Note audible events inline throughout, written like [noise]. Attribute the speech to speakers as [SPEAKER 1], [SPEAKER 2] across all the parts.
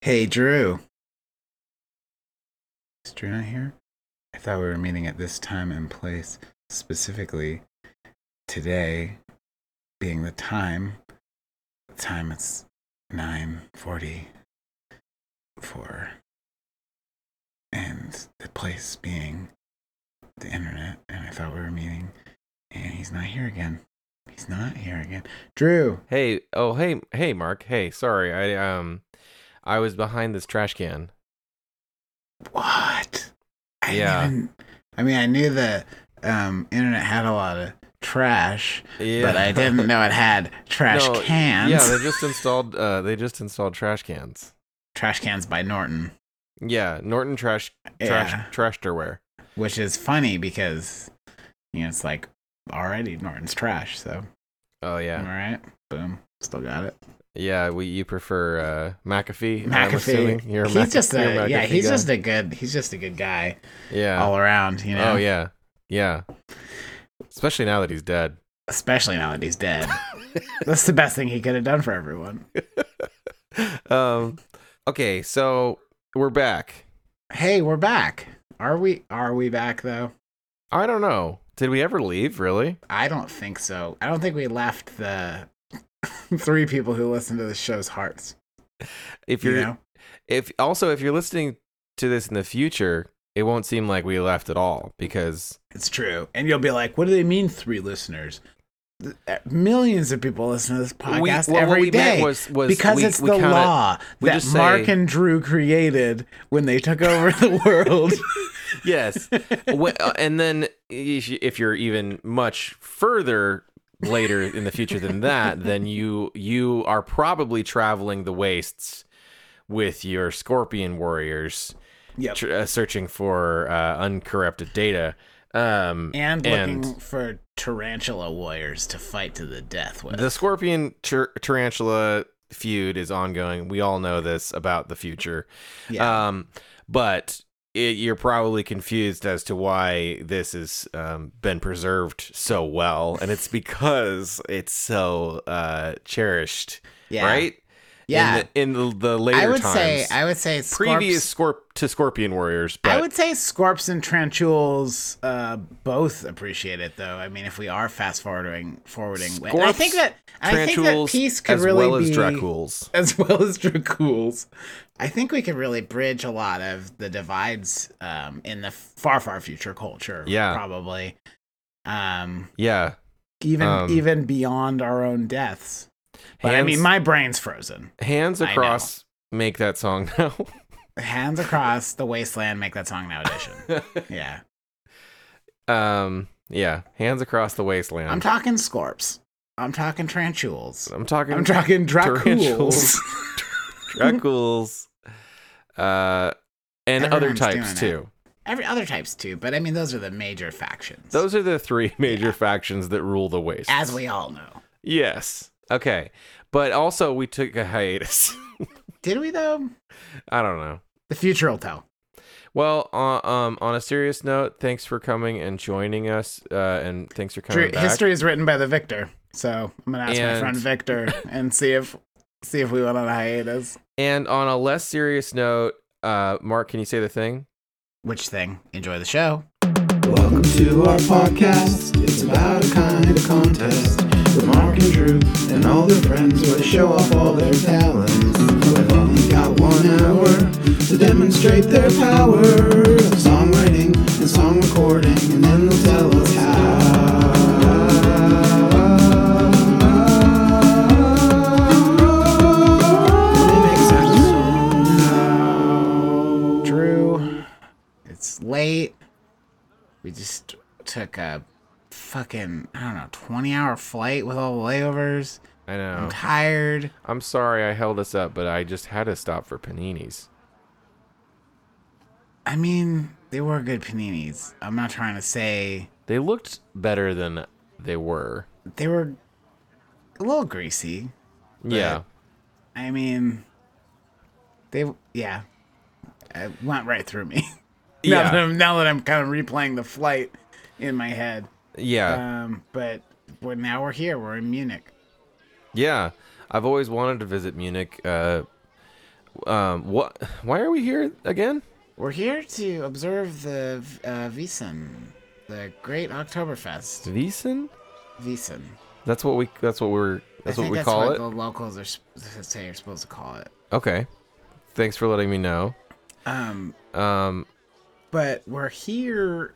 [SPEAKER 1] Hey, Drew. Is Drew not here? I thought we were meeting at this time and place, specifically today being the time. The time it's 9:44. And the place being the internet, and I thought we were meeting, and he's not here again. He's not here again. Drew,
[SPEAKER 2] Hey, oh hey, hey Mark. Hey, sorry. I um I was behind this trash can.
[SPEAKER 1] What? I
[SPEAKER 2] Yeah.
[SPEAKER 1] Even, I mean, I knew the um, internet had a lot of trash,
[SPEAKER 2] Yeah.
[SPEAKER 1] but
[SPEAKER 2] [laughs]
[SPEAKER 1] I didn't know it had trash
[SPEAKER 2] No,
[SPEAKER 1] cans.
[SPEAKER 2] Yeah, they just installed uh they just installed trash cans.
[SPEAKER 1] trash cans by Norton.
[SPEAKER 2] Yeah, Norton trash trash
[SPEAKER 1] Yeah.
[SPEAKER 2] trashterware.
[SPEAKER 1] Which is funny because you know it's like already Norton's trash. So
[SPEAKER 2] Oh
[SPEAKER 1] all
[SPEAKER 2] yeah.
[SPEAKER 1] right, boom, still got it.
[SPEAKER 2] Yeah, we you prefer uh McAfee? I'm
[SPEAKER 1] McAfee.
[SPEAKER 2] assuming. You're a
[SPEAKER 1] he's
[SPEAKER 2] Mc-
[SPEAKER 1] just
[SPEAKER 2] you're
[SPEAKER 1] a yeah.
[SPEAKER 2] McAfee
[SPEAKER 1] He's
[SPEAKER 2] guy.
[SPEAKER 1] just a good. He's just a good guy
[SPEAKER 2] Yeah.
[SPEAKER 1] all around. You know.
[SPEAKER 2] Oh yeah. Yeah. Especially now that he's dead.
[SPEAKER 1] Especially now that he's dead.
[SPEAKER 2] [laughs]
[SPEAKER 1] That's the best thing he could have done for everyone.
[SPEAKER 2] um okay, so we're back.
[SPEAKER 1] Hey, we're back. Are we? Are we back though?
[SPEAKER 2] I don't know. Did we ever leave, really?
[SPEAKER 1] I don't think so. I don't think we left the [laughs] three people who listen to the show's hearts.
[SPEAKER 2] If
[SPEAKER 1] You
[SPEAKER 2] you're
[SPEAKER 1] know,
[SPEAKER 2] if also if you're listening to this in the future, it won't seem like we left at all because
[SPEAKER 1] it's true. And you'll be like, "What do they mean, three listeners?" Th- uh, Millions of people listen to this
[SPEAKER 2] we,
[SPEAKER 1] podcast
[SPEAKER 2] well, what
[SPEAKER 1] every
[SPEAKER 2] we meant
[SPEAKER 1] day
[SPEAKER 2] was, was
[SPEAKER 1] because
[SPEAKER 2] we,
[SPEAKER 1] it's
[SPEAKER 2] we
[SPEAKER 1] the
[SPEAKER 2] kinda-
[SPEAKER 1] law
[SPEAKER 2] we
[SPEAKER 1] that
[SPEAKER 2] just
[SPEAKER 1] Mark
[SPEAKER 2] say-
[SPEAKER 1] and Drew created when they took over the [laughs] world.
[SPEAKER 2] [laughs] Yes, Wh- uh, and then if you- if you're even much further later in the future than
[SPEAKER 1] [laughs]
[SPEAKER 2] that, then you you are probably traveling the wastes with your scorpion warriors,
[SPEAKER 1] Yep.
[SPEAKER 2] tr- uh, searching for uh, uncorrupted data. Um,
[SPEAKER 1] and looking
[SPEAKER 2] and
[SPEAKER 1] for tarantula warriors to fight to the death with.
[SPEAKER 2] The scorpion tar- tarantula feud is ongoing. We all know this about the future.
[SPEAKER 1] yeah,
[SPEAKER 2] Um, but it, you're probably confused as to why this has um, been preserved so well, and it's because it's so uh, cherished,
[SPEAKER 1] yeah,
[SPEAKER 2] right?
[SPEAKER 1] yeah.
[SPEAKER 2] In the, in the, the later
[SPEAKER 1] I would
[SPEAKER 2] times,
[SPEAKER 1] say I would say Scorps-
[SPEAKER 2] previous scorp to scorpion warriors, but
[SPEAKER 1] I would say Scorps and Trantules uh, both appreciate it, though. I mean, if we are fast forwarding, forwarding, and I think
[SPEAKER 2] Scorps,
[SPEAKER 1] that I think that
[SPEAKER 2] Tarantulas
[SPEAKER 1] peace could
[SPEAKER 2] as
[SPEAKER 1] really
[SPEAKER 2] well as
[SPEAKER 1] be
[SPEAKER 2] Dracules.
[SPEAKER 1] [laughs] as well as Dracules. I think we could really bridge a lot of the divides um, in the far, far future culture.
[SPEAKER 2] Yeah.
[SPEAKER 1] probably. Um,
[SPEAKER 2] Yeah,
[SPEAKER 1] even
[SPEAKER 2] Um,
[SPEAKER 1] even beyond our own deaths. But I
[SPEAKER 2] Hands-
[SPEAKER 1] mean, my brain's frozen.
[SPEAKER 2] hands
[SPEAKER 1] I know.
[SPEAKER 2] across make that song [laughs] now.
[SPEAKER 1] Hands across the wasteland. Make
[SPEAKER 2] [laughs]
[SPEAKER 1] that song now edition. yeah.
[SPEAKER 2] um, yeah, hands across the wasteland.
[SPEAKER 1] I'm talking Scorps. I'm talking Trantules.
[SPEAKER 2] I'm talking.
[SPEAKER 1] I'm [laughs] talking Dracules.
[SPEAKER 2] [laughs] Tarantulas. Dracules, uh, and other
[SPEAKER 1] Everyone's
[SPEAKER 2] types
[SPEAKER 1] doing it.
[SPEAKER 2] too.
[SPEAKER 1] [laughs] Every other types too, but I mean those are the major factions.
[SPEAKER 2] Those are the three major factions that rule the waste.
[SPEAKER 1] as we all know.
[SPEAKER 2] yes, okay, but also we took a hiatus. [laughs]
[SPEAKER 1] Did we though?
[SPEAKER 2] I don't know.
[SPEAKER 1] The future will tell.
[SPEAKER 2] Well, uh, um, on a serious note, thanks for coming and joining us, uh, and thanks for coming
[SPEAKER 1] Drew,
[SPEAKER 2] back.
[SPEAKER 1] history is written by the victor. So I'm gonna ask my
[SPEAKER 2] And- [laughs]
[SPEAKER 1] friend Victor and see if see if we went on a hiatus.
[SPEAKER 2] And on a less serious note, uh, Mark, can you say the thing?
[SPEAKER 1] Which thing? Enjoy the show.
[SPEAKER 3] Welcome to our podcast. It's about a kind of contest with Mark and Drew and all their friends where they show off all their talents. They've only got one hour to demonstrate their power of songwriting and song recording, and then they'll tell us how.
[SPEAKER 1] Drew, it's late. We just took a fucking I don't know, twenty hour flight with all the layovers.
[SPEAKER 2] I know.
[SPEAKER 1] I'm tired.
[SPEAKER 2] I'm sorry I held us up, but I just had to stop for paninis.
[SPEAKER 1] I mean, they were good paninis. I'm not trying to say
[SPEAKER 2] They looked better than they were.
[SPEAKER 1] they were a little greasy.
[SPEAKER 2] yeah.
[SPEAKER 1] I mean, they yeah, it went right through me. [laughs] now,
[SPEAKER 2] Yeah.
[SPEAKER 1] that I'm, now that I'm kind of replaying the flight in my head.
[SPEAKER 2] [laughs] Yeah.
[SPEAKER 1] Um, but we're, now we're here. We're in Munich.
[SPEAKER 2] yeah. I've always wanted to visit Munich. Uh, Um, what? Why are we here again?
[SPEAKER 1] We're here to observe the uh, Wiesen, the Great Oktoberfest.
[SPEAKER 2] Vison?
[SPEAKER 1] Wiesen.
[SPEAKER 2] That's what we. That's what we're. That's
[SPEAKER 1] I
[SPEAKER 2] what
[SPEAKER 1] think
[SPEAKER 2] we
[SPEAKER 1] that's
[SPEAKER 2] call
[SPEAKER 1] what
[SPEAKER 2] it.
[SPEAKER 1] The locals are sp- say you're supposed to call it.
[SPEAKER 2] Okay. Thanks for letting me know.
[SPEAKER 1] Um,
[SPEAKER 2] Um,
[SPEAKER 1] but we're here.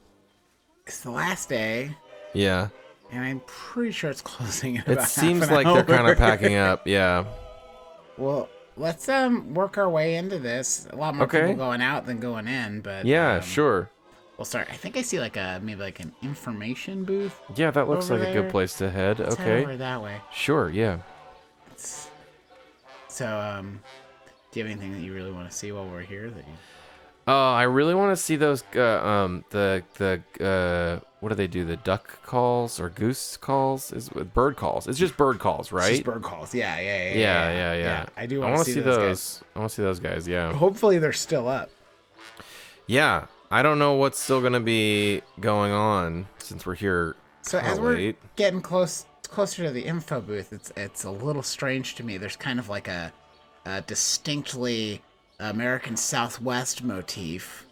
[SPEAKER 1] It's the last day,
[SPEAKER 2] yeah.
[SPEAKER 1] and I'm pretty sure it's [laughs] closing. In
[SPEAKER 2] It
[SPEAKER 1] about half
[SPEAKER 2] seems
[SPEAKER 1] an
[SPEAKER 2] like they're kind
[SPEAKER 1] hour.
[SPEAKER 2] of packing up. Yeah.
[SPEAKER 1] [laughs] Well, let's um work our way into this. A lot more
[SPEAKER 2] Okay.
[SPEAKER 1] people going out than going in, but
[SPEAKER 2] Yeah.
[SPEAKER 1] um,
[SPEAKER 2] sure.
[SPEAKER 1] We'll start. I think I see like a maybe like an information booth.
[SPEAKER 2] Yeah, that looks
[SPEAKER 1] over
[SPEAKER 2] like a
[SPEAKER 1] there.
[SPEAKER 2] good place to head.
[SPEAKER 1] Let's head
[SPEAKER 2] okay.
[SPEAKER 1] over that way.
[SPEAKER 2] Sure. Yeah.
[SPEAKER 1] It's- So, um, do you have anything that you really want to see while we're here? That you...
[SPEAKER 2] Oh, I really want to see those. Uh, um, the the uh, what do they do? The duck calls or goose calls? Is bird calls? It's just bird calls,
[SPEAKER 1] It's
[SPEAKER 2] right?
[SPEAKER 1] just bird calls. Yeah, yeah, yeah.
[SPEAKER 2] yeah, yeah, yeah,
[SPEAKER 1] I do
[SPEAKER 2] I
[SPEAKER 1] want
[SPEAKER 2] want
[SPEAKER 1] to see, those. guys. Oh.
[SPEAKER 2] I want to see those guys. Yeah.
[SPEAKER 1] Hopefully, they're still up.
[SPEAKER 2] Yeah. I don't know what's still gonna be going on since we're here.
[SPEAKER 1] So
[SPEAKER 2] kinda
[SPEAKER 1] as we're
[SPEAKER 2] late.
[SPEAKER 1] getting close closer to the info booth, it's it's a little strange to me. There's kind of like a, a distinctly American Southwest motif,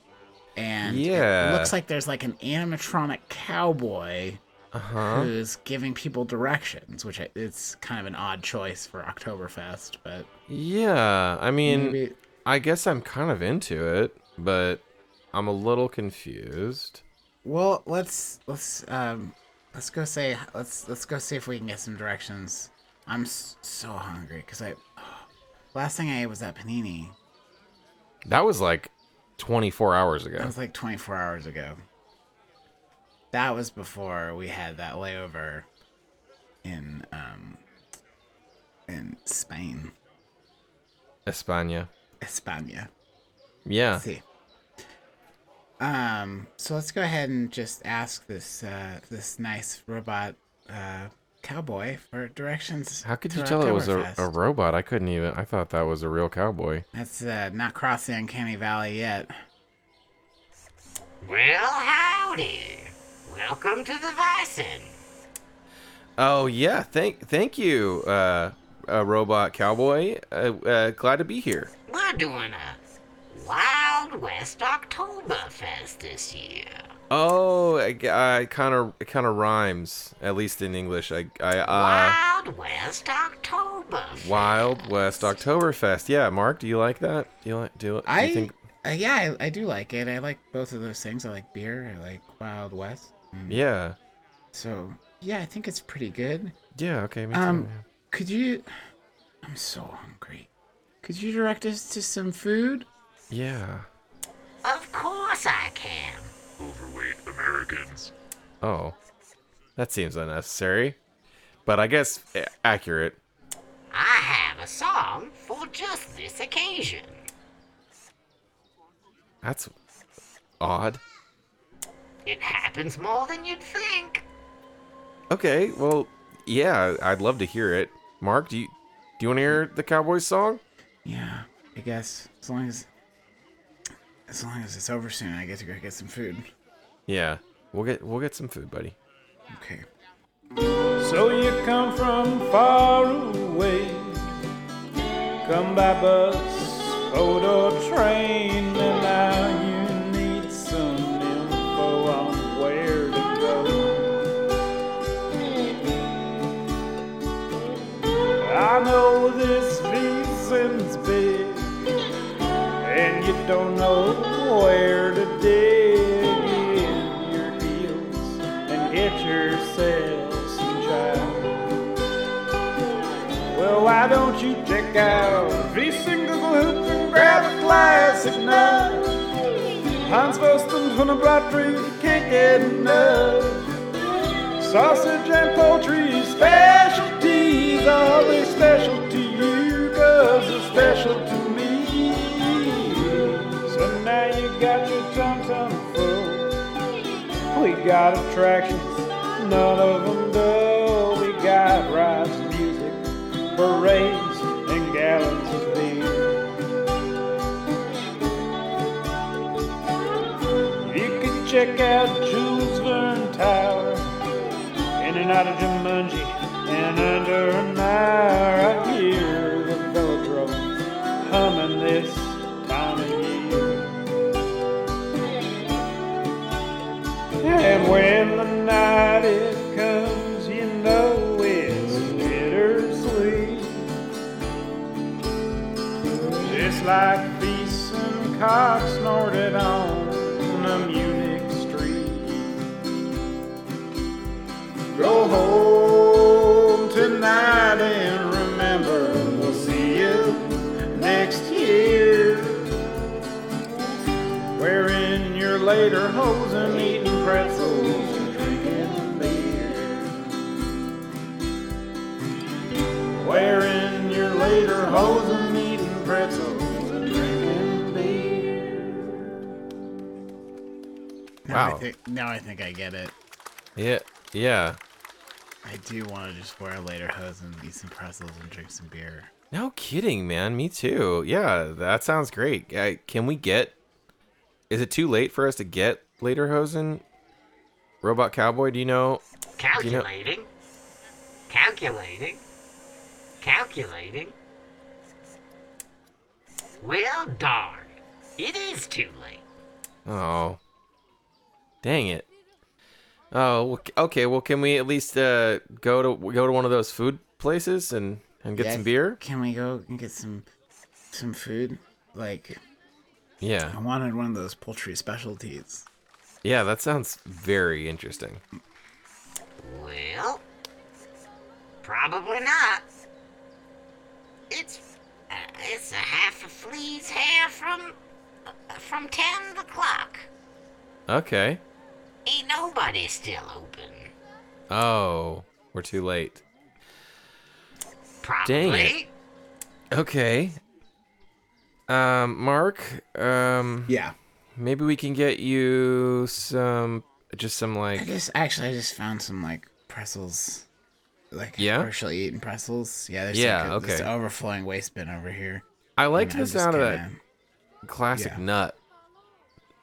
[SPEAKER 1] and
[SPEAKER 2] Yeah.
[SPEAKER 1] it looks like there's like an animatronic cowboy
[SPEAKER 2] Uh-huh.
[SPEAKER 1] who's giving people directions, which I- it's kind of an odd choice for Oktoberfest, but
[SPEAKER 2] Yeah. I mean,
[SPEAKER 1] maybe
[SPEAKER 2] I guess I'm kind of into it, but I'm a little confused.
[SPEAKER 1] well let's let's um let's go say let's let's go see if we can get some directions. I'm s- so hungry because I [sighs] last thing I ate was that panini.
[SPEAKER 2] That was like 24 hours
[SPEAKER 1] That
[SPEAKER 2] ago.
[SPEAKER 1] was like 24 hours ago. That was before we had that layover in um in Spain,
[SPEAKER 2] España.
[SPEAKER 1] España.
[SPEAKER 2] Yeah.
[SPEAKER 1] see. Um, so let's go ahead and just ask this uh, this nice robot uh, cowboy for directions.
[SPEAKER 2] How could
[SPEAKER 1] to
[SPEAKER 2] you tell it was a, a
[SPEAKER 1] Oktoberfest.
[SPEAKER 2] robot? I couldn't even. I thought that was a real cowboy.
[SPEAKER 1] That's uh, not crossed the uncanny valley yet.
[SPEAKER 4] Well, howdy. Welcome to the Bison.
[SPEAKER 2] Oh yeah, thank thank you, uh, uh robot cowboy. Uh, uh, glad to be here.
[SPEAKER 4] We're doing a Wild West Oktoberfest this year.
[SPEAKER 2] Oh, I kind of it kind of rhymes, at least in English. I I uh,
[SPEAKER 4] Wild West Oktoberfest.
[SPEAKER 2] Wild West Oktoberfest. Yeah, Mark, do you like that? Do you like do, you- do
[SPEAKER 1] I
[SPEAKER 2] you think?
[SPEAKER 1] uh, yeah, I, I do like it. I like both of those things. I like beer. I like Wild West.
[SPEAKER 2] Yeah,
[SPEAKER 1] So yeah, I think it's pretty good.
[SPEAKER 2] yeah. Okay. Me too.
[SPEAKER 1] Um,
[SPEAKER 2] yeah.
[SPEAKER 1] could you? I'm so hungry. Could you direct us to some food?
[SPEAKER 2] Yeah.
[SPEAKER 4] Of course I can.
[SPEAKER 5] overweight Americans.
[SPEAKER 2] Oh, that seems unnecessary, but I guess eh, accurate.
[SPEAKER 4] I have a song for just this occasion.
[SPEAKER 2] That's odd.
[SPEAKER 4] It happens more than you'd think.
[SPEAKER 2] Okay. Well, yeah, I'd love to hear it. Mark, do you do you want to hear the Cowboys song?
[SPEAKER 1] Yeah, I guess as long as as long as it's over soon, I get to go get some food.
[SPEAKER 2] Yeah. We'll get we'll get some food, buddy.
[SPEAKER 1] Okay.
[SPEAKER 6] So you come from far away. Come by bus, boat, or train, and now you need some info on where to go. I know this reason's big, and you don't know where to dig in your heels and get yourself some child. Well, why don't you check out Vison Google Hoops and grab a classic nut? Hans Boston's from a broad tree, you can't get enough. Sausage and poultry, specialties, are they special to you? Cause they're special to me. So now you got your tum tum full. We got attractions, none of them dull. We got rides, music, parades, and gallons of beer. You could check out Jules Verne Tower in and out of Jumanji in under an hour. I hear the velodrome humming this just like Beeson Cox snorted on a Munich street. Go home tonight and remember, we'll see you next year. Wearing your later hose and eating pretzels and drinking beer. Wearing your later hose and eating pretzels and drinking beer.
[SPEAKER 1] Now
[SPEAKER 2] Wow.
[SPEAKER 1] I think now I think I get it.
[SPEAKER 2] Yeah. Yeah.
[SPEAKER 1] I do want to just wear a later hose and eat some pretzels and drink some beer.
[SPEAKER 2] No kidding, man. Me too. Yeah, that sounds great. I, can we get? Is it too late for us to get Lederhosen? Robot Cowboy, do you know?
[SPEAKER 4] Calculating. Calculating. Calculating. Well, darn. It is too late.
[SPEAKER 2] Oh, dang it. Oh, well, c- okay. Well, can we at least uh, go to go to one of those food places and and get
[SPEAKER 1] Yeah,
[SPEAKER 2] some beer?
[SPEAKER 1] Can we go and get some some food? Like I
[SPEAKER 2] Yeah,
[SPEAKER 1] wanted one of those poultry specialties.
[SPEAKER 2] yeah. That sounds very interesting.
[SPEAKER 4] Well, probably not. It's uh, it's a half a flea's hair from uh, from ten o'clock.
[SPEAKER 2] Okay.
[SPEAKER 4] Ain't nobody still open.
[SPEAKER 2] Oh, we're too late.
[SPEAKER 4] Probably.
[SPEAKER 2] it. Okay. Um, Mark. Um.
[SPEAKER 1] Yeah.
[SPEAKER 2] Maybe we can get you some, just some
[SPEAKER 1] I
[SPEAKER 2] like,
[SPEAKER 1] just actually I just found some like pretzels. Like
[SPEAKER 2] Yeah?
[SPEAKER 1] partially eaten pretzels. Yeah, there's
[SPEAKER 2] Yeah,
[SPEAKER 1] like a, this
[SPEAKER 2] okay.
[SPEAKER 1] overflowing waste bin over here.
[SPEAKER 2] I liked
[SPEAKER 1] And I
[SPEAKER 2] the
[SPEAKER 1] just
[SPEAKER 2] sound of that
[SPEAKER 1] kinda-
[SPEAKER 2] classic
[SPEAKER 1] yeah.
[SPEAKER 2] nut.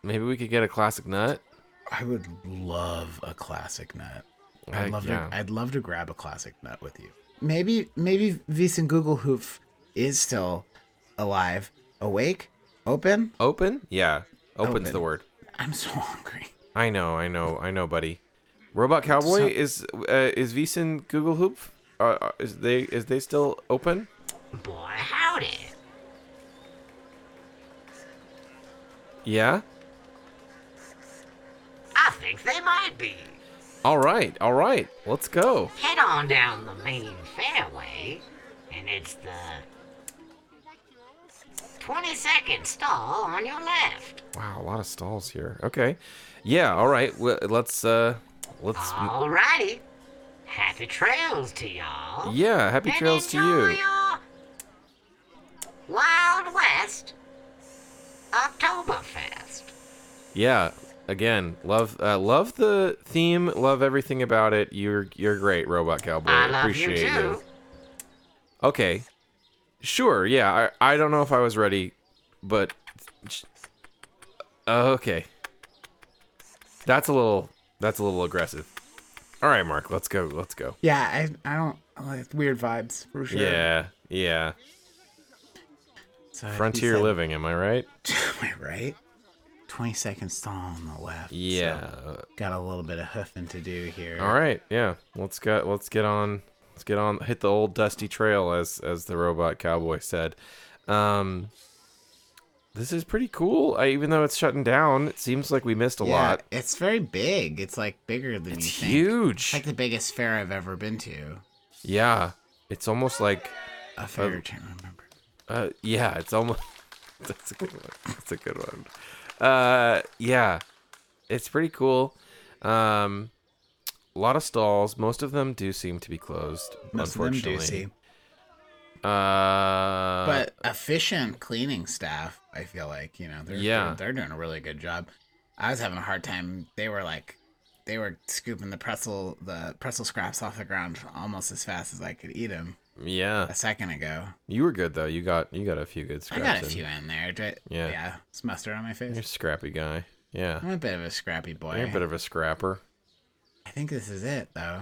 [SPEAKER 2] Maybe we could get a classic nut.
[SPEAKER 1] I would love a classic nut. I'd
[SPEAKER 2] Heck
[SPEAKER 1] love
[SPEAKER 2] yeah.
[SPEAKER 1] to. I'd love to grab a classic nut with you. Maybe maybe Vison Googlehoof is still alive, awake, open.
[SPEAKER 2] Open? Yeah. Open's the
[SPEAKER 1] Open.
[SPEAKER 2] word.
[SPEAKER 1] I'm so [laughs] hungry.
[SPEAKER 2] I know, I know, I know, buddy. Robot Cowboy is uh, is Vison Google Hoop? Uh, uh, is they is they still open?
[SPEAKER 4] Boy, howdy.
[SPEAKER 2] Yeah.
[SPEAKER 4] I think they might be.
[SPEAKER 2] All right, all right. Let's go.
[SPEAKER 4] Head on down the main fairway, and it's the 22nd stall on your left.
[SPEAKER 2] Wow, a lot of stalls here. Okay. Yeah. All right. Well, let's uh, let's.
[SPEAKER 4] Alrighty. Happy trails to y'all.
[SPEAKER 2] Yeah. Happy trails to you.
[SPEAKER 4] Wild West Oktoberfest.
[SPEAKER 2] Yeah. Again, love uh, love the theme, love everything about it. You're you're great, Robot Cowboy.
[SPEAKER 4] I love you
[SPEAKER 2] Appreciate
[SPEAKER 4] too.
[SPEAKER 2] Okay. Sure. Yeah. I I don't know if I was ready, but uh, okay. That's a little that's a little aggressive. All right, Mark. Let's go. Let's go.
[SPEAKER 1] Yeah, I I don't I like weird vibes for sure.
[SPEAKER 2] Yeah. Yeah.
[SPEAKER 1] So if you
[SPEAKER 2] Frontier
[SPEAKER 1] [laughs] said-
[SPEAKER 2] living. Am I right?
[SPEAKER 1] Am I right? Twenty second stall on the left. so
[SPEAKER 2] Yeah.
[SPEAKER 1] got a little bit of hoofing to do here.
[SPEAKER 2] All right, yeah. Let's go. Let's get on. Let's get on. Hit the old dusty trail, as as the robot cowboy said. Um, this is pretty cool. I, even though it's shutting down, it seems like we missed a
[SPEAKER 1] yeah,
[SPEAKER 2] lot.
[SPEAKER 1] It's very big. It's like bigger than
[SPEAKER 2] It's
[SPEAKER 1] you think. It's
[SPEAKER 2] huge.
[SPEAKER 1] like the biggest fair I've ever been to.
[SPEAKER 2] yeah, it's almost like.
[SPEAKER 1] A fair I can't remember.
[SPEAKER 2] Uh, yeah, it's almost. [laughs] That's a good one. That's a good one. Uh, yeah, it's pretty cool. Um, a lot of stalls. Most of them do seem to be closed.
[SPEAKER 1] Most of them
[SPEAKER 2] unfortunately.
[SPEAKER 1] do see.
[SPEAKER 2] Uh,
[SPEAKER 1] but efficient cleaning staff i feel like you know they're,
[SPEAKER 2] Yeah.
[SPEAKER 1] they're, they're doing a really good job i was having a hard time they were like they were scooping the pretzel the pretzel scraps off the ground almost as fast as i could eat them
[SPEAKER 2] yeah,
[SPEAKER 1] a second ago
[SPEAKER 2] you were good though. You got you got a few good
[SPEAKER 1] i
[SPEAKER 2] scraps.
[SPEAKER 1] got a
[SPEAKER 2] in.
[SPEAKER 1] few in there Do I-
[SPEAKER 2] Yeah.
[SPEAKER 1] yeah it's mustard on my face
[SPEAKER 2] You're a scrappy guy. Yeah,
[SPEAKER 1] i'm a bit of a scrappy
[SPEAKER 2] you're
[SPEAKER 1] boy
[SPEAKER 2] a bit of a scrapper.
[SPEAKER 1] i think this is it though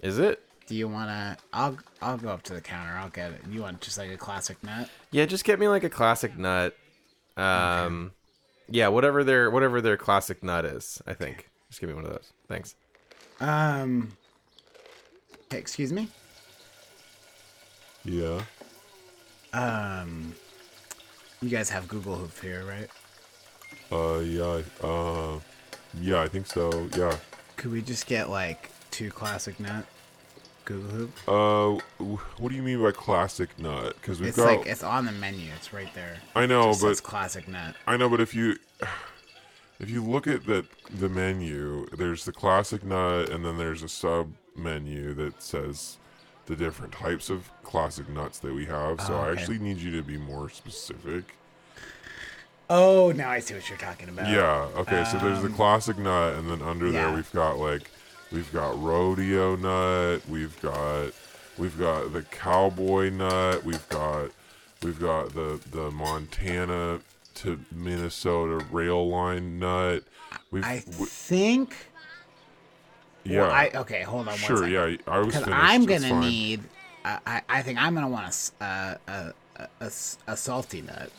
[SPEAKER 2] Is it?
[SPEAKER 1] do you want to i'll i'll go up to the counter i'll get it you want just like a classic nut
[SPEAKER 2] Yeah, just get me like a classic nut. Um, yeah, whatever their whatever their classic nut is. I think. Just give me one of those. Thanks.
[SPEAKER 1] um excuse me
[SPEAKER 5] Yeah.
[SPEAKER 1] Um, You guys have Google Hoop here, right?
[SPEAKER 7] Uh, yeah, uh, yeah, I think so. Yeah.
[SPEAKER 1] Could we just get like two classic nut Google Hoop?
[SPEAKER 7] Uh, w- what do you mean by classic nut? Because we've
[SPEAKER 1] It's
[SPEAKER 7] got.
[SPEAKER 1] like it's on the menu. It's right there.
[SPEAKER 7] I know,
[SPEAKER 1] Just says
[SPEAKER 7] but-
[SPEAKER 1] classic nut.
[SPEAKER 7] I know, but if you if you look at the the menu, there's the classic nut, and then there's a sub menu that says the different types of classic nuts that we have. So I
[SPEAKER 1] Oh, okay.
[SPEAKER 7] actually need you to be more specific.
[SPEAKER 1] Oh, now I see what you're talking about.
[SPEAKER 7] Yeah. Okay. so there's the classic nut, and then under
[SPEAKER 1] Um, yeah.
[SPEAKER 7] there we've got like we've got rodeo nut, we've got we've got the cowboy nut, we've got we've got the the Montana to Minnesota rail line nut. We've
[SPEAKER 1] I
[SPEAKER 7] we-
[SPEAKER 1] think.
[SPEAKER 7] yeah.
[SPEAKER 1] Well, I okay. Hold on.
[SPEAKER 7] sure.
[SPEAKER 1] One second.
[SPEAKER 7] Yeah. I was
[SPEAKER 1] Because
[SPEAKER 7] finished.
[SPEAKER 1] I'm
[SPEAKER 7] it's
[SPEAKER 1] gonna
[SPEAKER 7] fine.
[SPEAKER 1] need. I I, I think I'm gonna want a s- a, a, a- a s- a salty nut,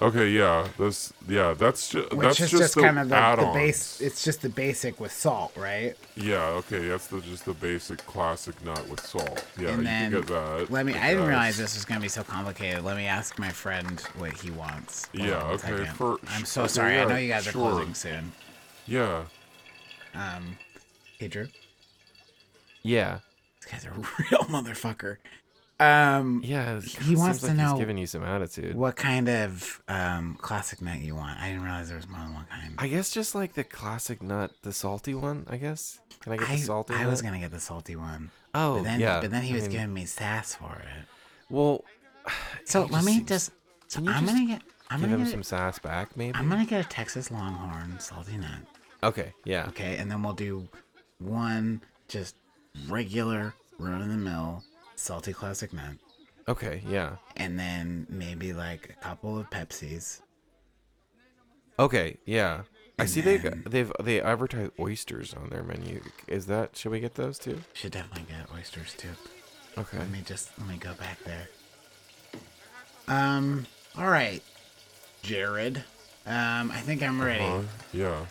[SPEAKER 7] Okay. Yeah. That's yeah. That's just
[SPEAKER 1] which
[SPEAKER 7] that's
[SPEAKER 1] is
[SPEAKER 7] just,
[SPEAKER 1] just
[SPEAKER 7] the
[SPEAKER 1] kind of the, the
[SPEAKER 7] add-ons.
[SPEAKER 1] base. It's just the basic with salt, right?
[SPEAKER 7] yeah. Okay. That's the just the basic classic nut with salt. Yeah.
[SPEAKER 1] and
[SPEAKER 7] Oh, you
[SPEAKER 1] then
[SPEAKER 7] can get that.
[SPEAKER 1] let me. I didn't
[SPEAKER 7] guess.
[SPEAKER 1] realize this was gonna be so complicated. Let me ask my friend what he wants. Hold
[SPEAKER 7] Yeah,
[SPEAKER 1] on one
[SPEAKER 7] okay,
[SPEAKER 1] second.
[SPEAKER 7] for-
[SPEAKER 1] I'm so
[SPEAKER 7] okay,
[SPEAKER 1] sorry. I
[SPEAKER 7] yeah,
[SPEAKER 1] know you guys are
[SPEAKER 7] sure.
[SPEAKER 1] closing soon.
[SPEAKER 7] Yeah.
[SPEAKER 1] Um, hey Drew,
[SPEAKER 2] Yeah.
[SPEAKER 1] this guy's a [laughs] real motherfucker. Um,
[SPEAKER 2] Yeah.
[SPEAKER 1] He
[SPEAKER 2] seems
[SPEAKER 1] wants to
[SPEAKER 2] like
[SPEAKER 1] know-
[SPEAKER 2] He's giving you some attitude.
[SPEAKER 1] what kind of um classic nut you want? I didn't realize there was more than one kind.
[SPEAKER 2] I guess just like the classic nut, the salty one. I guess. Can I get
[SPEAKER 1] I,
[SPEAKER 2] the salty?
[SPEAKER 1] I was
[SPEAKER 2] nut?
[SPEAKER 1] gonna get the salty one.
[SPEAKER 2] Oh,
[SPEAKER 1] but then,
[SPEAKER 2] yeah.
[SPEAKER 1] But then he
[SPEAKER 2] I
[SPEAKER 1] was
[SPEAKER 2] mean-
[SPEAKER 1] giving me sass for it.
[SPEAKER 2] Well,
[SPEAKER 1] So
[SPEAKER 2] he
[SPEAKER 1] let
[SPEAKER 2] just
[SPEAKER 1] me
[SPEAKER 2] seems-
[SPEAKER 1] just. So
[SPEAKER 2] can you
[SPEAKER 1] I'm
[SPEAKER 2] just
[SPEAKER 1] gonna get. I'm
[SPEAKER 2] give
[SPEAKER 1] gonna
[SPEAKER 2] him
[SPEAKER 1] get.
[SPEAKER 2] some sass back, maybe.
[SPEAKER 1] I'm gonna get a Texas Longhorn salty nut.
[SPEAKER 2] Okay. Yeah.
[SPEAKER 1] Okay, and then we'll do one just regular run of the mill salty classic nut,
[SPEAKER 2] Okay. Yeah.
[SPEAKER 1] and then maybe like a couple of Pepsis.
[SPEAKER 2] Okay, yeah. I
[SPEAKER 1] And
[SPEAKER 2] see they
[SPEAKER 1] then-
[SPEAKER 2] they've they advertise oysters on their menu. Is that should we get those too?
[SPEAKER 1] Should definitely get oysters too.
[SPEAKER 2] Okay.
[SPEAKER 1] Let me just let me go back there. Um. All right, Jared. Um, I think I'm ready.
[SPEAKER 7] Huh? uh, Yeah.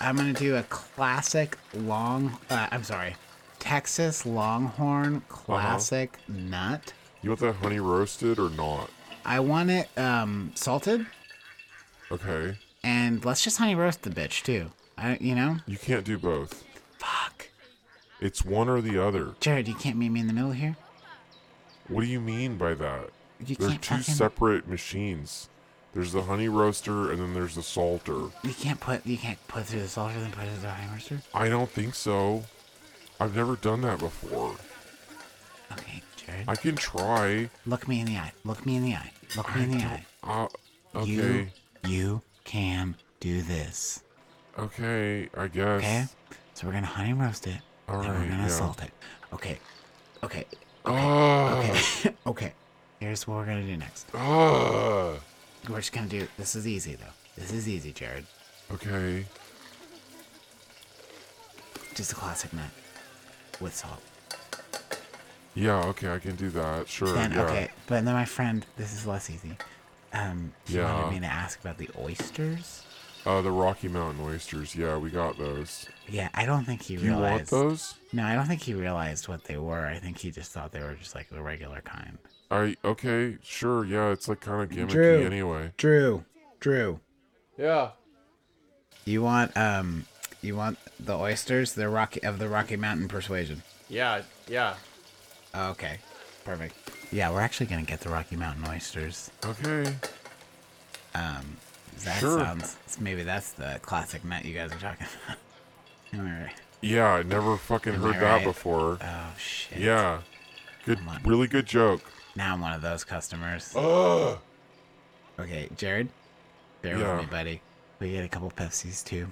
[SPEAKER 1] I'm gonna do a classic long. Uh, I'm sorry, Texas Longhorn classic nut.
[SPEAKER 7] You want that honey roasted or not?
[SPEAKER 1] I want it um salted.
[SPEAKER 7] Okay.
[SPEAKER 1] and let's just honey roast the bitch too. I, you know,
[SPEAKER 7] You can't do both.
[SPEAKER 1] fuck,
[SPEAKER 7] It's one or the other.
[SPEAKER 1] Jared, you can't meet me in the middle here.
[SPEAKER 7] What do you mean by that?
[SPEAKER 1] You
[SPEAKER 7] They're
[SPEAKER 1] can't
[SPEAKER 7] two
[SPEAKER 1] fucking-
[SPEAKER 7] separate machines. There's the honey roaster and then there's the salter.
[SPEAKER 1] You can't put you can't put through the salter then put it through the honey roaster.
[SPEAKER 7] I don't think so. I've never done that before.
[SPEAKER 1] Okay, Jared,
[SPEAKER 7] I can try.
[SPEAKER 1] look me in the eye. Look me in the eye. Look me in the eye.
[SPEAKER 7] Uh, okay.
[SPEAKER 1] You, you can do this.
[SPEAKER 7] Okay, I guess.
[SPEAKER 1] Okay, so we're gonna honey roast it.
[SPEAKER 7] All
[SPEAKER 1] then we're
[SPEAKER 7] right,
[SPEAKER 1] gonna
[SPEAKER 7] yeah.
[SPEAKER 1] salt it. Okay, okay,
[SPEAKER 7] Ah,
[SPEAKER 1] okay, okay. Here's what we're gonna do next.
[SPEAKER 7] ah.
[SPEAKER 1] We're just gonna do. This is easy though. This is easy, Jared.
[SPEAKER 7] Okay.
[SPEAKER 1] Just a classic nut with salt.
[SPEAKER 7] Yeah, okay, I can do that. Sure.
[SPEAKER 1] Then
[SPEAKER 7] yeah.
[SPEAKER 1] okay, but then my friend, this is less easy. Um, he
[SPEAKER 7] Yeah.
[SPEAKER 1] wanted me to ask about the oysters.
[SPEAKER 7] Uh, the Rocky Mountain oysters. Yeah, we got those.
[SPEAKER 1] Yeah, I don't think he
[SPEAKER 7] Do you want
[SPEAKER 1] realized.
[SPEAKER 7] those?
[SPEAKER 1] No, I don't think he realized what they were. I think he just thought they were just like the regular kind.
[SPEAKER 7] I okay, sure. Yeah, it's like kind of gimmicky
[SPEAKER 1] Drew.
[SPEAKER 7] anyway.
[SPEAKER 1] Drew, Drew,
[SPEAKER 2] Yeah.
[SPEAKER 1] you want um, you want the oysters? They're Rocky of the Rocky Mountain persuasion.
[SPEAKER 2] Yeah. Yeah.
[SPEAKER 1] Oh, okay, perfect. Yeah, we're actually gonna get the Rocky Mountain oysters.
[SPEAKER 7] Okay.
[SPEAKER 1] Um, that
[SPEAKER 7] Sure.
[SPEAKER 1] sounds maybe that's the classic nut you guys are talking about. [laughs] Am I right?
[SPEAKER 7] Yeah, I never fucking
[SPEAKER 1] Am I
[SPEAKER 7] heard that
[SPEAKER 1] right?
[SPEAKER 7] before.
[SPEAKER 1] Oh shit.
[SPEAKER 7] yeah. Good,
[SPEAKER 1] Come on.
[SPEAKER 7] really good joke.
[SPEAKER 1] Now I'm one of those customers.
[SPEAKER 7] Oh. Ugh.
[SPEAKER 1] Okay, Jared, bear
[SPEAKER 7] Yeah.
[SPEAKER 1] with me, buddy. We get a couple Pepsis too.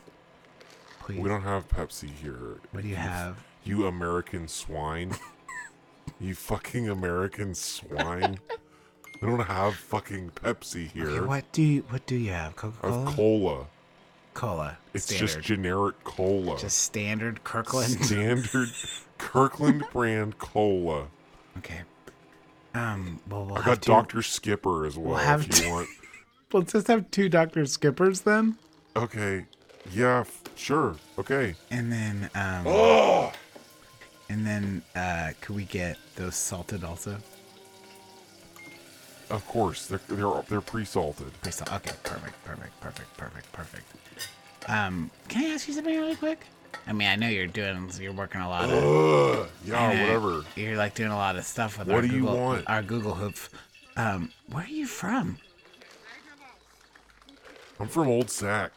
[SPEAKER 1] Please.
[SPEAKER 7] We don't have Pepsi here.
[SPEAKER 1] what do you have?
[SPEAKER 7] You American
[SPEAKER 1] [laughs]
[SPEAKER 7] swine. you fucking American swine. we don't have fucking Pepsi
[SPEAKER 1] Okay,
[SPEAKER 7] here.
[SPEAKER 1] what do you What do you have? Coca
[SPEAKER 7] Of
[SPEAKER 1] Cola.
[SPEAKER 7] cola.
[SPEAKER 1] cola.
[SPEAKER 7] It's
[SPEAKER 1] standard.
[SPEAKER 7] just generic cola.
[SPEAKER 1] Just standard Kirkland.
[SPEAKER 7] Standard Kirkland brand cola.
[SPEAKER 1] [laughs] okay. Um. Well, we'll
[SPEAKER 7] I
[SPEAKER 1] have
[SPEAKER 7] got
[SPEAKER 1] two.
[SPEAKER 7] Dr. Skipper as well
[SPEAKER 1] have
[SPEAKER 7] if
[SPEAKER 1] to-
[SPEAKER 7] you want.
[SPEAKER 1] Let's just have two Doctor Skippers then.
[SPEAKER 7] Okay. Yeah, f- sure. Okay.
[SPEAKER 1] And then um. And then uh, could we get those salted also?
[SPEAKER 7] Of course, they're they're, they're pre-salted.
[SPEAKER 1] Pretty sol- Okay, perfect, perfect, perfect, perfect, perfect. Um, can I ask you something really quick? I mean, I know you're doing, you're working a lot. Of,
[SPEAKER 7] Ugh, yeah,
[SPEAKER 1] and
[SPEAKER 7] Oh, whatever.
[SPEAKER 1] You're like doing a lot of stuff with
[SPEAKER 7] What
[SPEAKER 1] our
[SPEAKER 7] do you
[SPEAKER 1] Google,
[SPEAKER 7] want?
[SPEAKER 1] our Google Hoof. Um, where are you from,
[SPEAKER 7] I'm from Old Sack.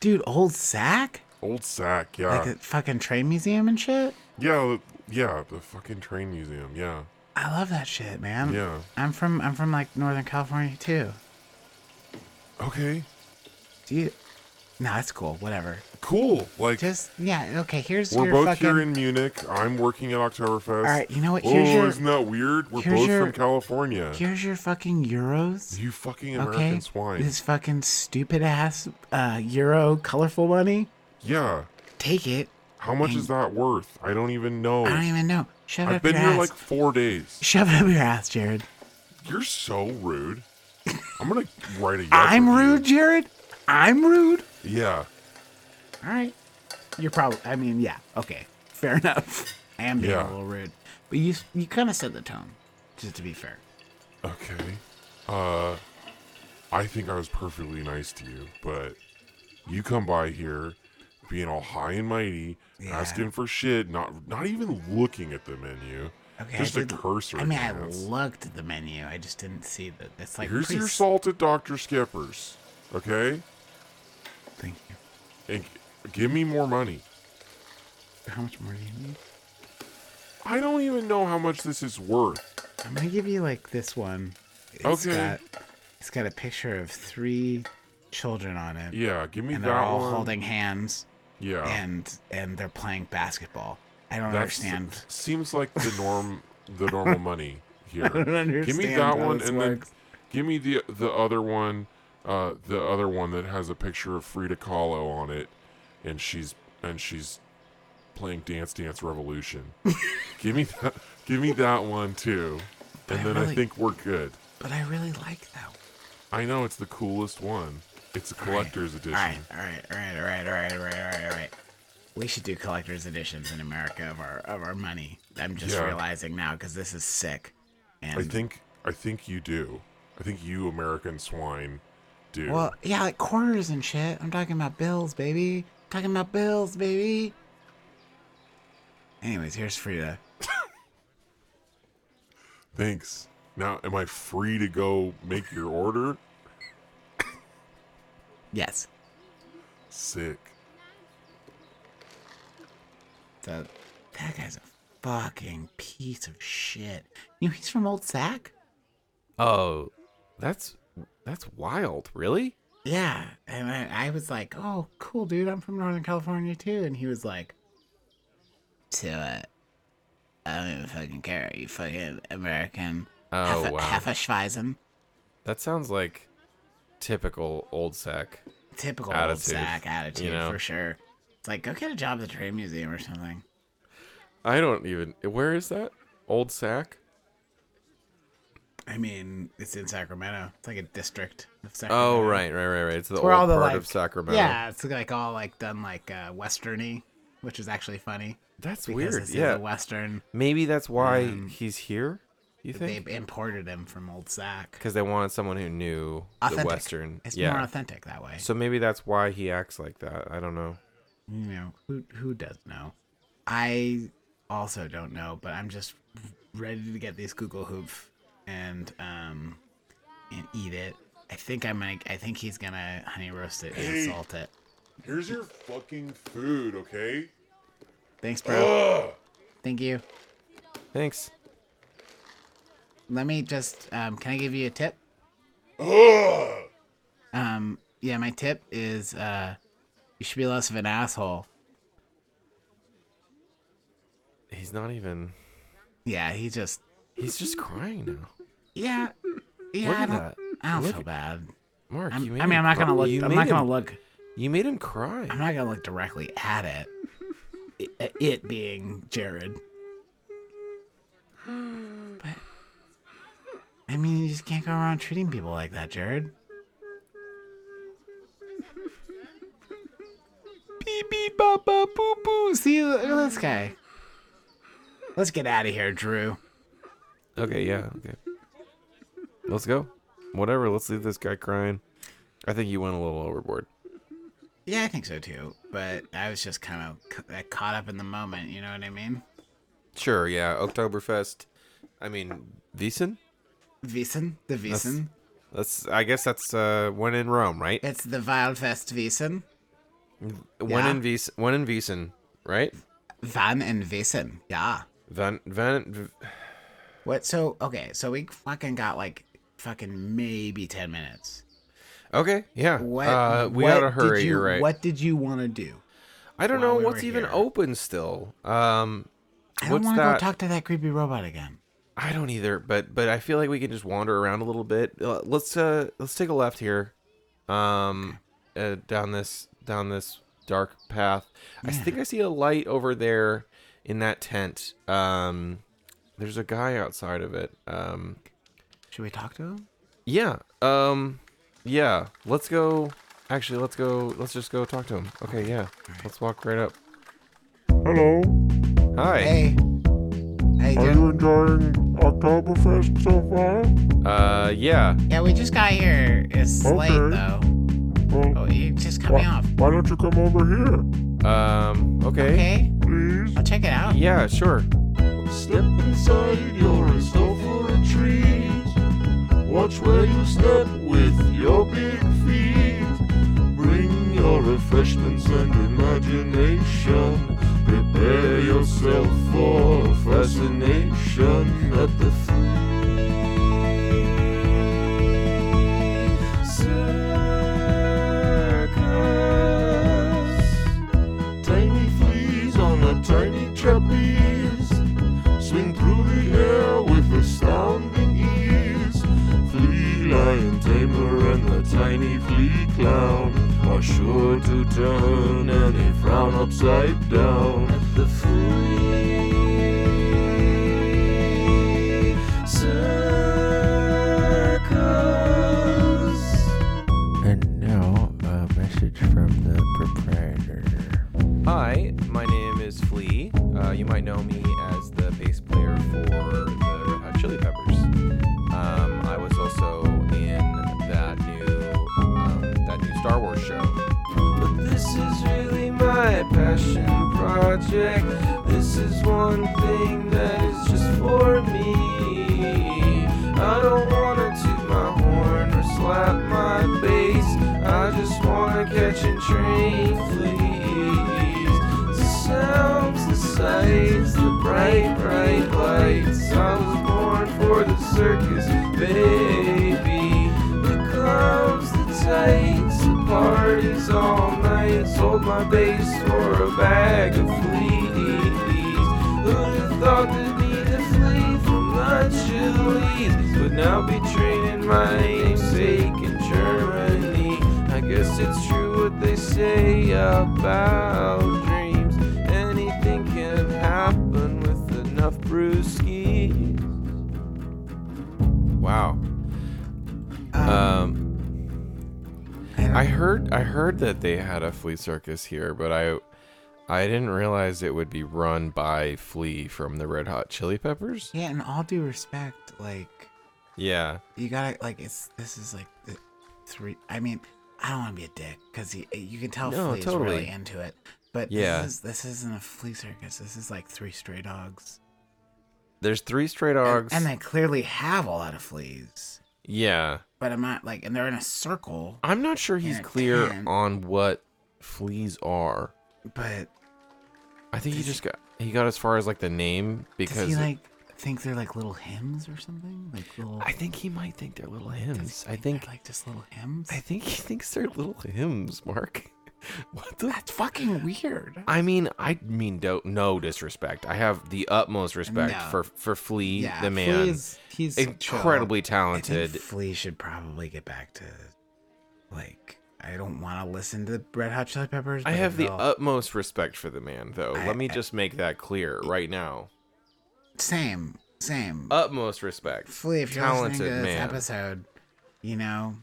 [SPEAKER 1] dude? Old Sack,
[SPEAKER 7] Old Sack, yeah,
[SPEAKER 1] like a fucking train museum and shit.
[SPEAKER 7] yeah, the- yeah. The fucking train museum, yeah.
[SPEAKER 1] I love that shit, man.
[SPEAKER 7] Yeah.
[SPEAKER 1] I'm from I'm from like Northern California too.
[SPEAKER 7] Okay,
[SPEAKER 1] Do you? No, it's cool. Whatever.
[SPEAKER 7] cool. Like
[SPEAKER 1] Just yeah. Okay. Here's
[SPEAKER 7] we're
[SPEAKER 1] your
[SPEAKER 7] both
[SPEAKER 1] fucking.
[SPEAKER 7] here in Munich. I'm working at Oktoberfest.
[SPEAKER 1] All right, you know what?
[SPEAKER 7] Oh,
[SPEAKER 1] Here's your-
[SPEAKER 7] isn't that weird? We're
[SPEAKER 1] here's
[SPEAKER 7] both
[SPEAKER 1] your-
[SPEAKER 7] from California.
[SPEAKER 1] here's your fucking euros.
[SPEAKER 7] You fucking American
[SPEAKER 1] Okay.
[SPEAKER 7] swine.
[SPEAKER 1] This fucking stupid ass uh, euro colorful money.
[SPEAKER 7] Yeah.
[SPEAKER 1] Take it.
[SPEAKER 7] How much is that worth? I don't even know.
[SPEAKER 1] I don't even know. Shove it
[SPEAKER 7] I've
[SPEAKER 1] up
[SPEAKER 7] been
[SPEAKER 1] your
[SPEAKER 7] here
[SPEAKER 1] ass.
[SPEAKER 7] like four days.
[SPEAKER 1] Shove it up your ass, Jared.
[SPEAKER 7] You're so rude. I'm gonna write a. Yelp
[SPEAKER 1] I'm
[SPEAKER 7] review.
[SPEAKER 1] rude, Jared. I'm rude.
[SPEAKER 7] Yeah.
[SPEAKER 1] All right. You're probably. I mean, yeah. Okay. Fair [laughs] enough. I am being
[SPEAKER 7] Yeah.
[SPEAKER 1] a little rude, but you you kind of set the tone. Just to be fair.
[SPEAKER 7] Okay. Uh, I think I was perfectly nice to you, but you come by here being all high and mighty, asking for shit, not not even looking at the menu.
[SPEAKER 1] Okay.
[SPEAKER 7] Just
[SPEAKER 1] I
[SPEAKER 7] a
[SPEAKER 1] did-
[SPEAKER 7] cursor.
[SPEAKER 1] I mean,
[SPEAKER 7] glance.
[SPEAKER 1] I looked at the menu. I just didn't see that. It's like
[SPEAKER 7] Here's
[SPEAKER 1] pretty
[SPEAKER 7] your
[SPEAKER 1] s-
[SPEAKER 7] salted Dr. Skippers. Okay?
[SPEAKER 1] Thank you.
[SPEAKER 7] And g- give me more money.
[SPEAKER 1] How much more do you need?
[SPEAKER 7] I don't even know how much this is worth.
[SPEAKER 1] I'm gonna give you like this one. It's
[SPEAKER 7] Okay.
[SPEAKER 1] Got, it's got a picture of three children on it,
[SPEAKER 7] Yeah, give me
[SPEAKER 1] and
[SPEAKER 7] that
[SPEAKER 1] they're all
[SPEAKER 7] one.
[SPEAKER 1] holding hands,
[SPEAKER 7] yeah.
[SPEAKER 1] and and they're playing basketball. I don't
[SPEAKER 7] That's-
[SPEAKER 1] understand.
[SPEAKER 7] Seems like the norm,
[SPEAKER 1] [laughs]
[SPEAKER 7] the normal money here. Give me
[SPEAKER 1] understand
[SPEAKER 7] that
[SPEAKER 1] how
[SPEAKER 7] one,
[SPEAKER 1] this
[SPEAKER 7] and
[SPEAKER 1] works.
[SPEAKER 7] then give me the the other one, uh, the other one that has a picture of Frida Kahlo on it, and she's and she's playing Dance Dance
[SPEAKER 1] [laughs]
[SPEAKER 7] Revolution. give me that. Give me that one too, and
[SPEAKER 1] I
[SPEAKER 7] then I
[SPEAKER 1] really-
[SPEAKER 7] think we're good.
[SPEAKER 1] But I really like that. one.
[SPEAKER 7] I know it's the coolest one. It's a collector's edition.
[SPEAKER 1] All right, all right, all right, all right, all right, all right, all right, all right. We should do collector's editions in America of our of our money. I'm just
[SPEAKER 7] Yeah.
[SPEAKER 1] realizing now because this is sick. And
[SPEAKER 7] I think I think you do. I think you American swine do.
[SPEAKER 1] Well, yeah, like quarters and shit. I'm talking about bills, baby. talking about bills, baby. Anyways, here's Frida.
[SPEAKER 7] Thanks. Now, am I free to go make your order?
[SPEAKER 1] Yes.
[SPEAKER 7] Sick.
[SPEAKER 1] So, that guy's a fucking piece of shit. You know, he's from Old Sack?
[SPEAKER 2] Oh, that's that's wild. Really?
[SPEAKER 1] Yeah. And I, I was like, oh, cool, dude. I'm from Northern California, too. And he was like, so, uh, I don't even fucking care. You fucking American.
[SPEAKER 2] Oh, wow.
[SPEAKER 1] half a Schweizen.
[SPEAKER 2] That sounds like typical old sack.
[SPEAKER 1] typical old
[SPEAKER 2] Attitude,
[SPEAKER 1] sack attitude
[SPEAKER 2] you know?
[SPEAKER 1] for sure. It's like go get a job at the trade museum or something.
[SPEAKER 2] I don't even. Where is that old sack?
[SPEAKER 1] I mean, it's in Sacramento. It's like a district of Sacramento.
[SPEAKER 2] Oh, right, right, right, right. It's the
[SPEAKER 1] Where
[SPEAKER 2] old
[SPEAKER 1] all the
[SPEAKER 2] part
[SPEAKER 1] like
[SPEAKER 2] of Sacramento.
[SPEAKER 1] Yeah, it's like all like done like uh, westerny, which is actually funny.
[SPEAKER 2] that's
[SPEAKER 1] because
[SPEAKER 2] weird.
[SPEAKER 1] This is
[SPEAKER 2] Yeah,
[SPEAKER 1] a western.
[SPEAKER 2] maybe that's why
[SPEAKER 1] Um,
[SPEAKER 2] he's here. You
[SPEAKER 1] They
[SPEAKER 2] think?
[SPEAKER 1] imported him from old sack.
[SPEAKER 2] Because they wanted someone who knew
[SPEAKER 1] Authentic.
[SPEAKER 2] the Western.
[SPEAKER 1] It's
[SPEAKER 2] yeah.
[SPEAKER 1] more authentic that way.
[SPEAKER 2] So maybe that's why he acts like that. I don't know.
[SPEAKER 1] you know who who does know. I also don't know, but I'm just ready to get these Google hoof and um and eat it. I think I might. I think he's gonna honey roast it
[SPEAKER 7] Hey.
[SPEAKER 1] and salt it.
[SPEAKER 7] Here's your fucking food, okay?
[SPEAKER 1] Thanks, bro.
[SPEAKER 7] Ugh.
[SPEAKER 1] Thank you.
[SPEAKER 2] Thanks.
[SPEAKER 1] Let me just. Um, can I give you a tip?
[SPEAKER 7] Ugh.
[SPEAKER 1] Um, yeah, my tip is uh, you should be less of an asshole.
[SPEAKER 2] He's not even.
[SPEAKER 1] Yeah, he just.
[SPEAKER 2] He's just crying now.
[SPEAKER 1] Yeah. Yeah,
[SPEAKER 2] Look
[SPEAKER 1] I
[SPEAKER 2] at
[SPEAKER 1] don't.
[SPEAKER 2] that.
[SPEAKER 1] I don't
[SPEAKER 2] Look
[SPEAKER 1] feel
[SPEAKER 2] at-
[SPEAKER 1] bad.
[SPEAKER 2] Mark,
[SPEAKER 1] I'm,
[SPEAKER 2] you made
[SPEAKER 1] I mean, I'm
[SPEAKER 2] him
[SPEAKER 1] not gonna
[SPEAKER 2] cry.
[SPEAKER 1] look.
[SPEAKER 2] You
[SPEAKER 1] I'm
[SPEAKER 2] made
[SPEAKER 1] not gonna
[SPEAKER 2] him-
[SPEAKER 1] look.
[SPEAKER 2] You made him cry.
[SPEAKER 1] I'm not gonna look directly at it. It, it being Jared. But I mean, you just can't go around treating people like that, Jared. Beep beep bop bop boo boo. See look at this guy. Let's get out of here, Drew.
[SPEAKER 2] Okay, yeah, okay. Let's go. Whatever. Let's leave this guy crying. I think he went a little overboard.
[SPEAKER 1] Yeah, I think so too. But I was just kind of ca- caught up in the moment. You know what I mean?
[SPEAKER 2] Sure. Yeah. Oktoberfest. I mean, Wiesen.
[SPEAKER 1] Wiesen, the Wiesen.
[SPEAKER 2] That's. I guess that's uh, when in Rome, right?
[SPEAKER 1] It's the Weilfest Wiesen.
[SPEAKER 2] When
[SPEAKER 1] yeah.
[SPEAKER 2] in Wies. When in Wiesen, right?
[SPEAKER 1] Van and Wiesen. Yeah.
[SPEAKER 2] Van. Van.
[SPEAKER 1] What? So okay. So we fucking got like fucking maybe ten minutes.
[SPEAKER 2] Okay. Yeah.
[SPEAKER 1] What?
[SPEAKER 2] uh, we
[SPEAKER 1] what
[SPEAKER 2] gotta
[SPEAKER 1] did
[SPEAKER 2] hurry.
[SPEAKER 1] you-
[SPEAKER 2] You're right.
[SPEAKER 1] What did you want to do?
[SPEAKER 2] I don't
[SPEAKER 1] while
[SPEAKER 2] know
[SPEAKER 1] we
[SPEAKER 2] what's
[SPEAKER 1] were
[SPEAKER 2] even
[SPEAKER 1] here.
[SPEAKER 2] open still. Um,
[SPEAKER 1] I don't
[SPEAKER 2] what's
[SPEAKER 1] want to go
[SPEAKER 2] that?
[SPEAKER 1] talk to that creepy robot again.
[SPEAKER 2] I don't either, but but I feel like we can just wander around a little bit. Uh, Let's uh let's take a left here, um, uh, down this down this dark path. I
[SPEAKER 1] Yeah.
[SPEAKER 2] think I see a light over there in that tent. Um, there's a guy outside of it. Um,
[SPEAKER 1] Should we talk to him?
[SPEAKER 2] yeah. Um, yeah. Let's go. Actually, let's go. Let's just go talk to him. Okay. Yeah. Let's walk right up.
[SPEAKER 5] Hello,
[SPEAKER 2] Hi.
[SPEAKER 1] Hey. Hey,
[SPEAKER 5] are
[SPEAKER 1] dude.
[SPEAKER 5] you enjoying Oktoberfest so far?
[SPEAKER 2] Uh, yeah.
[SPEAKER 1] Yeah, we just got here. It's
[SPEAKER 5] Okay.
[SPEAKER 1] late though.
[SPEAKER 5] Well,
[SPEAKER 1] Oh, you just cut me
[SPEAKER 5] why-
[SPEAKER 1] off.
[SPEAKER 5] why don't you come over here,
[SPEAKER 2] Um. Okay.
[SPEAKER 1] Okay.
[SPEAKER 5] please?
[SPEAKER 1] I'll check it out.
[SPEAKER 2] Yeah. Sure.
[SPEAKER 5] Step inside, you're in store for a treat. Watch where you step with your big feet. Bring your refreshments and imagination. Prepare yourself for fascination at the free circus. Tiny fleas on a tiny trapeze swing through the air with astounding ease. Flea lion tamer and the tiny flea clown are sure to turn any frown upside down. The flea circus.
[SPEAKER 8] And now, a message from the proprietor.
[SPEAKER 2] Hi, my name is Flea. Uh, you might know me as the bass player for the Red Hot Chili Peppers. Um, I was also in that new um, that new Star Wars show. But this is really my passion project. This is one thing that is just for me. I don't wanna toot my horn or slap my bass. I just wanna catch and train fleas. The sounds, the sights, the bright, bright lights. I was born for the circus, baby. The clubs, the tights, the parties all night. Sold my bass for a bag of fleas. Who'd have thought that need to flee from my chilies? Would now be training my namesake in Germany. I guess it's true what they say about dreams. Anything can happen with enough brewskis. Wow. Um. I heard I heard that they had a flea circus here, but I I didn't realize it would be run by Flea from the Red Hot Chili Peppers.
[SPEAKER 1] Yeah, and all due respect, like
[SPEAKER 2] Yeah.
[SPEAKER 1] you gotta like it's this is like the three. I mean, I don't want to be a dick because you can tell
[SPEAKER 2] No,
[SPEAKER 1] Flea's
[SPEAKER 2] totally.
[SPEAKER 1] really into it. But
[SPEAKER 2] Yeah.
[SPEAKER 1] this, is, this isn't a flea circus. This is like three stray dogs,
[SPEAKER 2] There's three straight
[SPEAKER 1] And-
[SPEAKER 2] dogs.
[SPEAKER 1] and, they clearly have a lot of fleas.
[SPEAKER 2] yeah.
[SPEAKER 1] But I'm not like, and they're in a circle.
[SPEAKER 2] I'm not sure he's
[SPEAKER 1] Yeah,
[SPEAKER 2] clear
[SPEAKER 1] ten.
[SPEAKER 2] on what fleas are.
[SPEAKER 1] But
[SPEAKER 2] I think he
[SPEAKER 1] Does he-
[SPEAKER 2] just got he got as far as like the name because
[SPEAKER 1] does he
[SPEAKER 2] it-
[SPEAKER 1] like think they're like little hymns or something? Like little.
[SPEAKER 2] I think he might think they're little
[SPEAKER 1] does
[SPEAKER 2] hymns.
[SPEAKER 1] he
[SPEAKER 2] I
[SPEAKER 1] they're,
[SPEAKER 2] think
[SPEAKER 1] like just little hymns.
[SPEAKER 2] I think he thinks they're little hymns, Mark. [laughs] What the
[SPEAKER 1] That's fucking weird.
[SPEAKER 2] I mean, I mean, do no disrespect. I have the utmost respect
[SPEAKER 1] No.
[SPEAKER 2] for for Flea,
[SPEAKER 1] yeah,
[SPEAKER 2] the man,
[SPEAKER 1] Flea's, he's chill.
[SPEAKER 2] incredibly
[SPEAKER 1] I
[SPEAKER 2] talented.
[SPEAKER 1] think Flea should probably get back to like I don't want to listen to Red Hot Chili Peppers.
[SPEAKER 2] I
[SPEAKER 1] but
[SPEAKER 2] have
[SPEAKER 1] if
[SPEAKER 2] the
[SPEAKER 1] they'll-
[SPEAKER 2] utmost respect for the man, though.
[SPEAKER 1] I-
[SPEAKER 2] Let me
[SPEAKER 1] I-
[SPEAKER 2] just make that clear right now.
[SPEAKER 1] same same
[SPEAKER 2] Utmost respect.
[SPEAKER 1] Flea. If you're listening to
[SPEAKER 2] talented
[SPEAKER 1] this
[SPEAKER 2] man.
[SPEAKER 1] episode, you know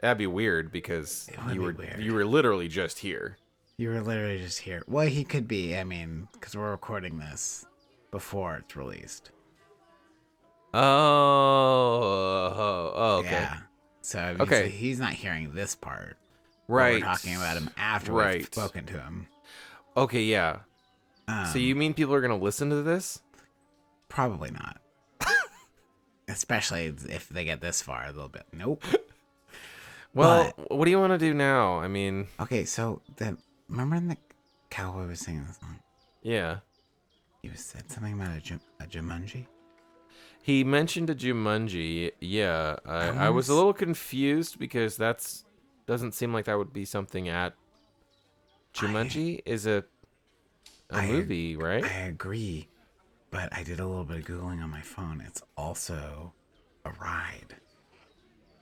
[SPEAKER 2] That'd be weird because
[SPEAKER 1] It would
[SPEAKER 2] you
[SPEAKER 1] be
[SPEAKER 2] were
[SPEAKER 1] weird.
[SPEAKER 2] you were literally just here.
[SPEAKER 1] you were literally just here. Well, he could be. I mean, because we're recording this before it's released.
[SPEAKER 2] Oh, oh, oh, okay.
[SPEAKER 1] Yeah. So I mean,
[SPEAKER 2] Okay.
[SPEAKER 1] so he's not hearing this part.
[SPEAKER 2] Right.
[SPEAKER 1] We're talking about him after we've
[SPEAKER 2] Right.
[SPEAKER 1] spoken to him.
[SPEAKER 2] Okay, yeah.
[SPEAKER 1] Um,
[SPEAKER 2] so you mean people are gonna listen to this?
[SPEAKER 1] probably not. [laughs] Especially if they get this far, they'll be
[SPEAKER 2] [laughs]
[SPEAKER 1] nope.
[SPEAKER 2] Well, what do you want to do now? I mean,
[SPEAKER 1] Okay, so the remember when the cowboy was singing the song?
[SPEAKER 2] yeah.
[SPEAKER 1] He was said something about a, Ju- a Jumanji.
[SPEAKER 2] He mentioned a Jumanji. Yeah, I, I was a
[SPEAKER 1] Jumanji?
[SPEAKER 2] little confused because that's doesn't seem like that would be something at Jumanji is a a
[SPEAKER 1] I-
[SPEAKER 2] movie, right?
[SPEAKER 1] I agree, but I did a little bit of googling on my phone. It's also a ride.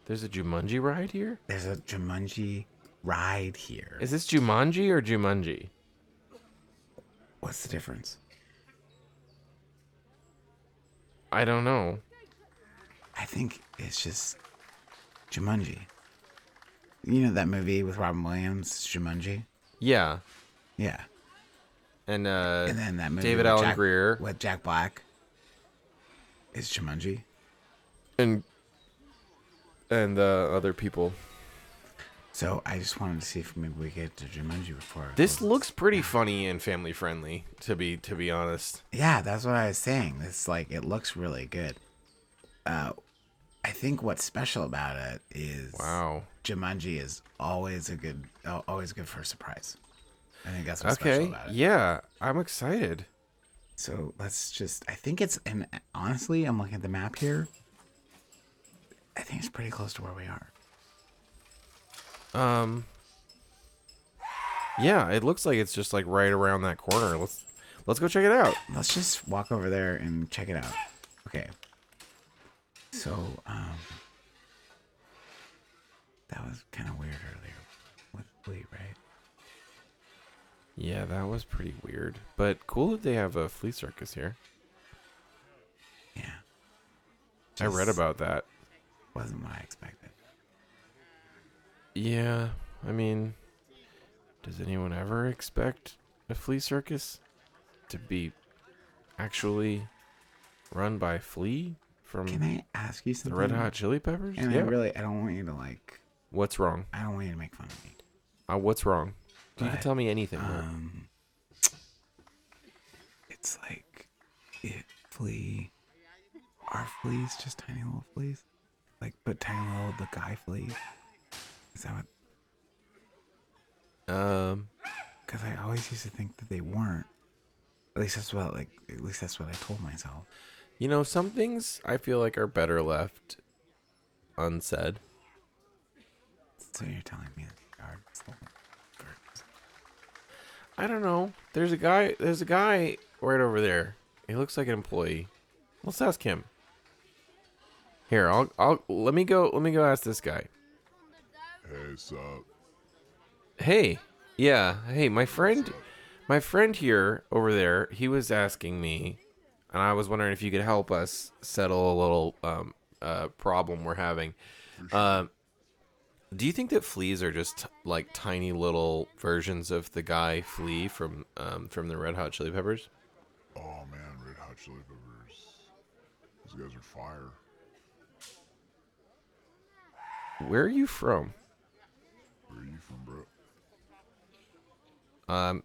[SPEAKER 2] There's a Jumanji ride here.
[SPEAKER 1] There's a Jumanji ride here.
[SPEAKER 2] Is this Jumanji or Jumanji?
[SPEAKER 1] What's the difference?
[SPEAKER 2] I don't know.
[SPEAKER 1] I think it's just Jumanji. You know that movie with Robin Williams, Jumanji?
[SPEAKER 2] Yeah,
[SPEAKER 1] Yeah.
[SPEAKER 2] and uh,
[SPEAKER 1] And then that movie
[SPEAKER 2] David
[SPEAKER 1] with
[SPEAKER 2] Allen
[SPEAKER 1] Jack,
[SPEAKER 2] Greer
[SPEAKER 1] with Jack Black is Jumanji.
[SPEAKER 2] and and uh, other people.
[SPEAKER 1] So I just wanted to see if maybe we get to Jumanji before.
[SPEAKER 2] This looks pretty funny and family friendly. To be to be honest,
[SPEAKER 1] Yeah, that's what I was saying. It's like it looks really good. Uh, I think what's special about it is
[SPEAKER 2] wow.
[SPEAKER 1] Jumanji is always a good, al- always good for a surprise. I think that's what's special
[SPEAKER 2] Okay,
[SPEAKER 1] about it.
[SPEAKER 2] yeah, I'm excited.
[SPEAKER 1] So let's just. I think it's. And honestly, I'm looking at the map here. I think it's pretty close to where we are.
[SPEAKER 2] Um. Yeah, it looks like it's just like right around that corner. Let's let's go check it out.
[SPEAKER 1] Let's just walk over there and check it out. Okay. So, um, that was kind of weird earlier with Lee, right?
[SPEAKER 2] Yeah, that was pretty weird, but cool that they have a flea circus here.
[SPEAKER 1] Yeah.
[SPEAKER 2] I read
[SPEAKER 1] Just
[SPEAKER 2] about that.
[SPEAKER 1] Wasn't what I expected.
[SPEAKER 2] Yeah, I mean, does anyone ever expect a flea circus to be actually run by flea from
[SPEAKER 1] Can I ask you
[SPEAKER 2] the
[SPEAKER 1] something?
[SPEAKER 2] Red Hot Chili Peppers?
[SPEAKER 1] And
[SPEAKER 2] yeah.
[SPEAKER 1] I really, I don't want you to like.
[SPEAKER 2] what's wrong?
[SPEAKER 1] I don't want you to make fun of me.
[SPEAKER 2] Uh, what's wrong? You can
[SPEAKER 1] But,
[SPEAKER 2] tell me anything. Will.
[SPEAKER 1] Um, it's like it flea. Are fleas just tiny little fleas? Like, but tiny little the guy fleas? Is that what?
[SPEAKER 2] um,
[SPEAKER 1] Because I always used to think that they weren't. At least that's what like. At least that's what I told myself.
[SPEAKER 2] You know, some things I feel like are better left unsaid.
[SPEAKER 1] So you're telling me that they are just little birds.
[SPEAKER 2] I don't know. There's a guy. There's a guy right over there. He looks like an employee. Let's ask him. Here, I'll. I'll. Let me go. Let me go ask this guy.
[SPEAKER 7] Hey, sup?
[SPEAKER 2] Hey. Yeah. Hey, my friend. My friend here over there. He was asking me, and I was wondering if you could help us settle a little um, uh, problem we're having. Um, do you think that fleas are just like tiny little versions of the guy flea from um, from the Red Hot Chili Peppers?
[SPEAKER 7] Oh man, Red Hot Chili Peppers. These guys are fire.
[SPEAKER 2] Where are you from?
[SPEAKER 7] Where are you from, bro?
[SPEAKER 2] Um,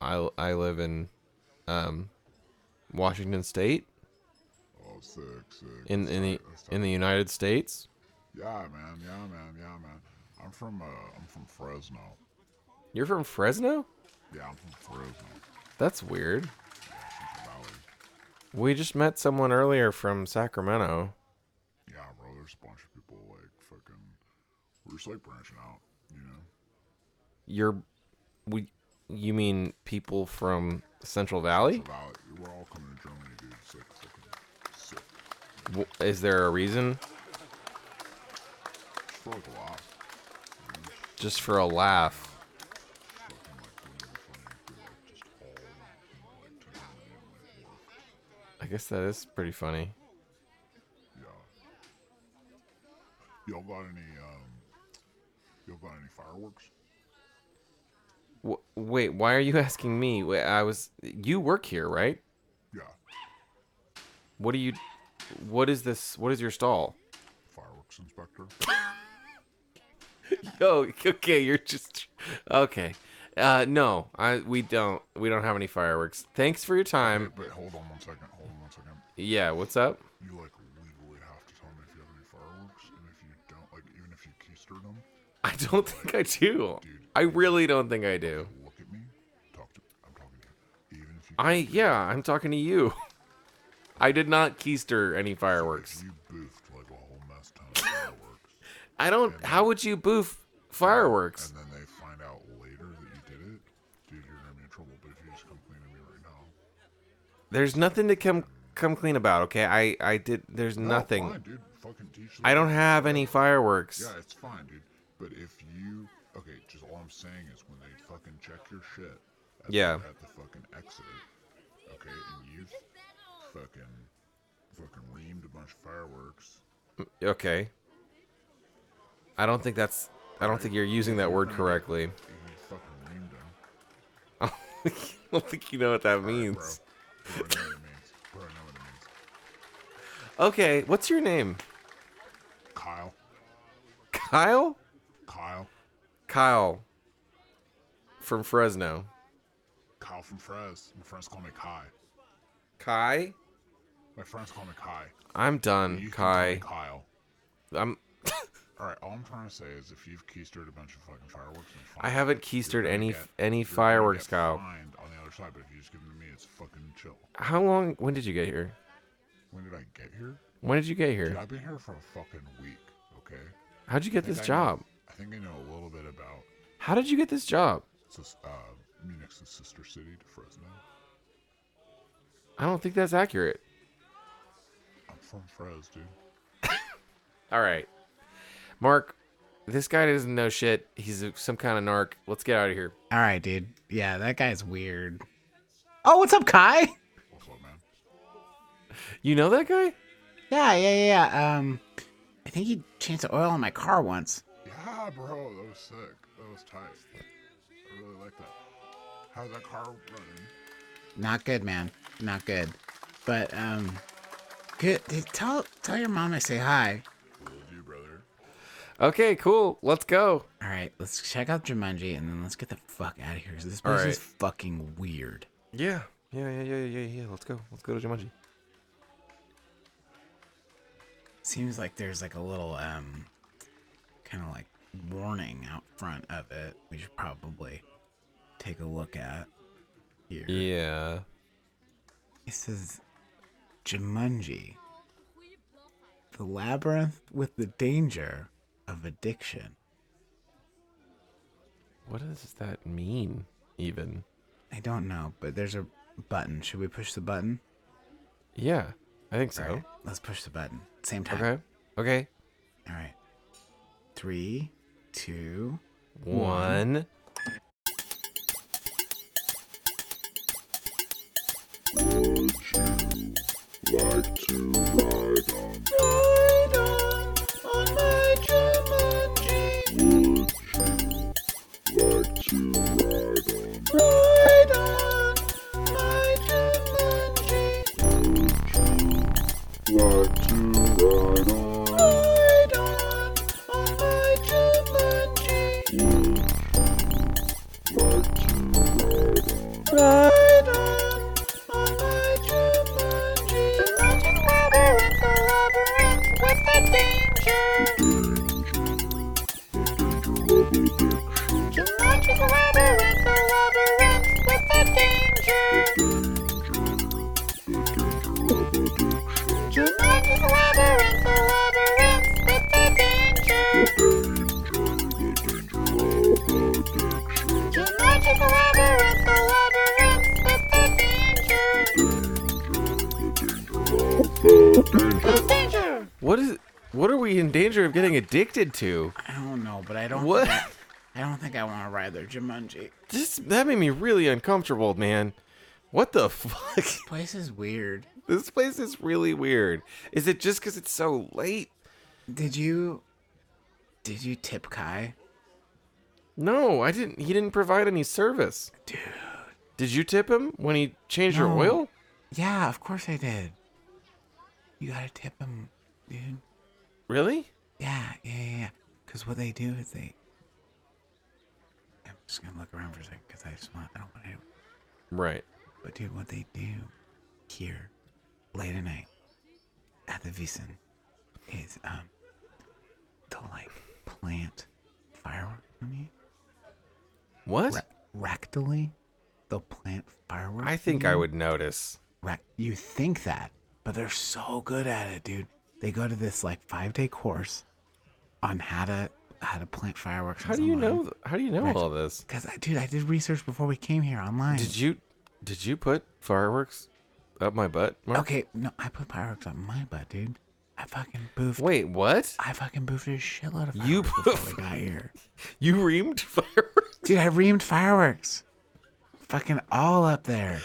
[SPEAKER 2] I I live in um, Washington State
[SPEAKER 7] Oh, sick, sick.
[SPEAKER 2] in in the in the United States.
[SPEAKER 7] Yeah, man. Yeah, man. Yeah, man. I'm from uh, I'm from Fresno.
[SPEAKER 2] You're from Fresno?
[SPEAKER 7] Yeah, I'm from Fresno.
[SPEAKER 2] That's weird.
[SPEAKER 7] Valley.
[SPEAKER 2] We just met someone earlier from Sacramento.
[SPEAKER 7] Yeah, bro. There's a bunch of people like fucking. We're just like branching out, you know.
[SPEAKER 2] You're, we, you mean people from Central Valley?
[SPEAKER 7] Valley. We're all coming to Germany, dude. It's like fucking sick.
[SPEAKER 2] W- Is there a reason?
[SPEAKER 7] It's for like a lot.
[SPEAKER 2] Just for a laugh.
[SPEAKER 7] Fucking like when you're funny, you're like just all like to Germany and like work.
[SPEAKER 2] I guess that is pretty funny.
[SPEAKER 7] Yeah. Y'all got any um? Y'all got any fireworks?
[SPEAKER 2] W- wait, why are you [laughs] asking me? Wait, I was. You work here, right?
[SPEAKER 7] Yeah.
[SPEAKER 2] What do you? What is this? What is your stall?
[SPEAKER 9] Fireworks inspector.
[SPEAKER 2] [laughs] Oh, okay. You're just okay. Uh, no, I we don't we don't have any fireworks. Thanks for your time.
[SPEAKER 9] But hold on one second. Hold on one second.
[SPEAKER 2] Yeah, what's up?
[SPEAKER 9] You like legally have to tell me if you have any fireworks, and if you don't, like even if you keistered them,
[SPEAKER 2] I don't [laughs] think I do. I really don't think I do.
[SPEAKER 9] look at me. Talk to. I'm talking to you. Even if you,
[SPEAKER 2] I yeah, I'm talking to you. [laughs] I did not keister any fireworks.
[SPEAKER 9] you boofed like a whole mess ton of fireworks,
[SPEAKER 2] I don't. How would you boof fireworks?
[SPEAKER 9] and then they find out later that you did it, dude, you're gonna be in trouble. But if you just come clean to me right now,
[SPEAKER 2] There's nothing to come come clean about. Okay, I I did. There's
[SPEAKER 9] No,
[SPEAKER 2] nothing.
[SPEAKER 9] Oh, fine, dude. Fucking teach.
[SPEAKER 2] I
[SPEAKER 9] them.
[SPEAKER 2] don't have any fireworks.
[SPEAKER 9] Yeah, it's fine, dude. But if you okay, just all I'm saying is when they fucking check your shit. At
[SPEAKER 2] Yeah.
[SPEAKER 9] The, at the fucking exit. Okay, and you fucking fucking reamed a bunch of fireworks.
[SPEAKER 2] Okay. I don't think that's. I don't think you're using that word correctly. [laughs]
[SPEAKER 9] You fucking reamed them.
[SPEAKER 2] I don't think you know what that
[SPEAKER 9] Bro.
[SPEAKER 2] means.
[SPEAKER 9] Bro, I know what it means. Bro, I know what it means.
[SPEAKER 2] Okay, what's your name?
[SPEAKER 9] Kyle.
[SPEAKER 2] Kyle?
[SPEAKER 9] Kyle.
[SPEAKER 2] Kyle. From Fresno.
[SPEAKER 9] Kyle from Fres. My friends call me Kai.
[SPEAKER 2] Kai?
[SPEAKER 9] My friends call me Kai.
[SPEAKER 2] I'm done,
[SPEAKER 9] You can call me
[SPEAKER 2] Mm, Kai.
[SPEAKER 9] Kyle.
[SPEAKER 2] I'm.
[SPEAKER 9] All right, all I'm trying to say is if you've keistered a bunch of fucking fireworks, then fine.
[SPEAKER 2] I haven't keistered any
[SPEAKER 9] get-
[SPEAKER 2] any
[SPEAKER 9] you're gonna
[SPEAKER 2] fireworks,
[SPEAKER 9] get
[SPEAKER 2] Kyle.
[SPEAKER 9] fined on the other side, but if you just give them to me, it's fucking chill.
[SPEAKER 2] How long? When did you get here?
[SPEAKER 9] When did I get here?
[SPEAKER 2] When did you get
[SPEAKER 9] Dude,
[SPEAKER 2] here?
[SPEAKER 9] I've been here for a fucking week. Okay.
[SPEAKER 2] How'd you get this
[SPEAKER 9] I know-
[SPEAKER 2] job?
[SPEAKER 9] I think I know a little bit about
[SPEAKER 2] How did you get this job?
[SPEAKER 9] sis- uh, Munich's sister city to Fresno.
[SPEAKER 2] I don't think that's accurate.
[SPEAKER 9] I'm from Fres, dude.
[SPEAKER 2] All right. Mark, this guy doesn't know shit. He's a- some kind of narc. Let's get out of here.
[SPEAKER 1] All right, dude. Yeah, that guy's weird. Oh, what's up, Kai?
[SPEAKER 9] What's up, man?
[SPEAKER 2] You know that guy?
[SPEAKER 1] Yeah, yeah, yeah. yeah. Um, I think he changed the oil on my car once.
[SPEAKER 9] Yeah, bro, that was sick. That was tight. I really like that. How's that car running?
[SPEAKER 1] Not good, man. Not good. But um, good. hey, Tell tell your mom I say hi.
[SPEAKER 9] Will do, brother.
[SPEAKER 2] Okay, cool. Let's go.
[SPEAKER 1] All right, let's check out Jumanji and then let's get the fuck out of here. 'cause This
[SPEAKER 2] All
[SPEAKER 1] place is
[SPEAKER 2] right.
[SPEAKER 1] fucking weird.
[SPEAKER 2] Yeah. Yeah, yeah, yeah, yeah, yeah. Let's go. Let's go to Jumanji.
[SPEAKER 1] Seems like there's like a little um, kind of like warning out front of it. We should probably take a look at here.
[SPEAKER 2] Yeah.
[SPEAKER 1] It says Jumanji, the labyrinth with the danger of addiction.
[SPEAKER 2] What does that mean, even?
[SPEAKER 1] I don't know, but there's a button. Should we push the button?
[SPEAKER 2] Yeah, I think so.
[SPEAKER 1] All right, let's push the button. Same time.
[SPEAKER 2] Okay. Okay.
[SPEAKER 1] All right. Three, two.
[SPEAKER 2] Hmm. One. What is? What are we in danger of getting addicted to?
[SPEAKER 1] I don't know, but I don't.
[SPEAKER 2] What?
[SPEAKER 1] Think I, I don't think I want to ride their Jumanji.
[SPEAKER 2] This that made me really uncomfortable, man. What the [laughs] fuck?
[SPEAKER 1] Place is weird.
[SPEAKER 2] this place is really weird. Is it just because it's so late?
[SPEAKER 1] Did you? Did you tip Kai?
[SPEAKER 2] No, I didn't. He didn't provide any service. Dude. Did you tip him when he changed your
[SPEAKER 1] No.
[SPEAKER 2] oil?
[SPEAKER 1] Yeah, of course I did. You gotta tip them, dude.
[SPEAKER 2] Really?
[SPEAKER 1] Yeah, yeah, yeah. yeah. Cause what they do is they. I'm just gonna look around for a second, cause I just want. I don't want to.
[SPEAKER 2] Right.
[SPEAKER 1] But dude, what they do here late at night at the Vison is um they'll like plant fireworks on you.
[SPEAKER 2] What?
[SPEAKER 1] Ra- rectally, they'll plant fireworks.
[SPEAKER 2] I
[SPEAKER 1] on
[SPEAKER 2] think I
[SPEAKER 1] you.
[SPEAKER 2] would notice.
[SPEAKER 1] Ra- you think that, but they're so good at it, dude. They go to this like five day course on how to how to plant fireworks.
[SPEAKER 2] How do you know? th- How do you know
[SPEAKER 1] Right.
[SPEAKER 2] all this?
[SPEAKER 1] Because I, dude, I did research before we came here online.
[SPEAKER 2] Did you did you put fireworks up my butt? Mark?
[SPEAKER 1] Okay, no, I put fireworks on my butt, dude. I fucking boofed.
[SPEAKER 2] Wait, what?
[SPEAKER 1] I fucking boofed a shitload of fireworks
[SPEAKER 2] You
[SPEAKER 1] before
[SPEAKER 2] poof-
[SPEAKER 1] we got here.
[SPEAKER 2] You reamed [laughs] fireworks?
[SPEAKER 1] Dude, I reamed fireworks. Fucking all up there.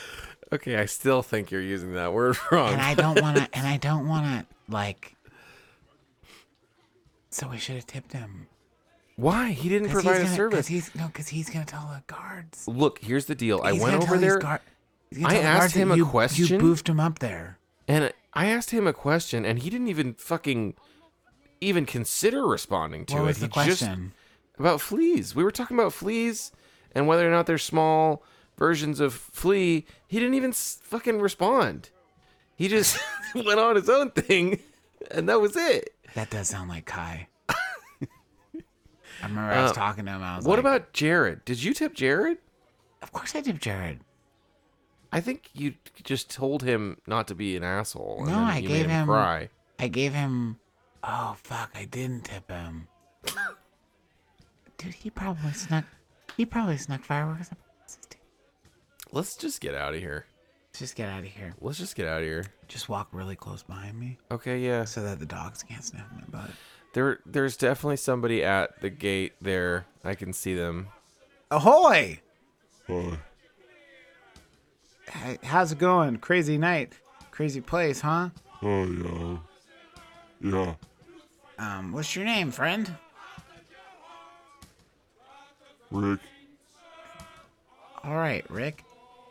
[SPEAKER 2] Okay, I still think you're using that word [laughs] wrong.
[SPEAKER 1] And I don't wanna and I don't wanna like So we should have tipped him.
[SPEAKER 2] Why? He didn't
[SPEAKER 1] 'Cause he's
[SPEAKER 2] provide
[SPEAKER 1] gonna-
[SPEAKER 2] a
[SPEAKER 1] 'cause
[SPEAKER 2] service.
[SPEAKER 1] he's no, cause he's gonna tell the guards.
[SPEAKER 2] Look, here's the deal. I
[SPEAKER 1] He's
[SPEAKER 2] went
[SPEAKER 1] gonna
[SPEAKER 2] over
[SPEAKER 1] tell these
[SPEAKER 2] there
[SPEAKER 1] guard- he's gonna
[SPEAKER 2] I
[SPEAKER 1] tell the
[SPEAKER 2] asked
[SPEAKER 1] guards that
[SPEAKER 2] him a
[SPEAKER 1] you- You
[SPEAKER 2] question.
[SPEAKER 1] boofed him up there.
[SPEAKER 2] and I asked him a question and he didn't even fucking even consider responding to
[SPEAKER 1] What
[SPEAKER 2] it.
[SPEAKER 1] was the
[SPEAKER 2] he just
[SPEAKER 1] question?
[SPEAKER 2] about fleas. We were talking about fleas and whether or not they're small versions of flea. He didn't even s- fucking respond. He just [laughs] went on his own thing, and that was it.
[SPEAKER 1] That does sound like Kai. [laughs] I remember I was
[SPEAKER 2] Uh,
[SPEAKER 1] talking to him. I was
[SPEAKER 2] What
[SPEAKER 1] like,
[SPEAKER 2] about Jared? Did you tip Jared?
[SPEAKER 1] Of course I tipped Jared.
[SPEAKER 2] I think you just told him not to be an asshole. And
[SPEAKER 1] No,
[SPEAKER 2] then
[SPEAKER 1] I
[SPEAKER 2] you
[SPEAKER 1] gave
[SPEAKER 2] made
[SPEAKER 1] him-
[SPEAKER 2] cry.
[SPEAKER 1] I gave him. Oh fuck! I didn't tip him. Dude, he probably snuck. He probably snuck fireworks. up his ass, dude.
[SPEAKER 2] Let's just get out of here.
[SPEAKER 1] Let's Just get out of here.
[SPEAKER 2] Let's just get out of here.
[SPEAKER 1] Just walk really close behind me
[SPEAKER 2] Okay, yeah.
[SPEAKER 1] so that the dogs can't sniff my butt.
[SPEAKER 2] There, there's definitely somebody at the gate there. I can see them.
[SPEAKER 1] Ahoy!
[SPEAKER 10] Huh.
[SPEAKER 1] H- How's it going? Crazy night, crazy place, huh?
[SPEAKER 10] Oh yeah, yeah.
[SPEAKER 1] Um, what's your name, friend?
[SPEAKER 10] Rick,
[SPEAKER 1] All right, Rick.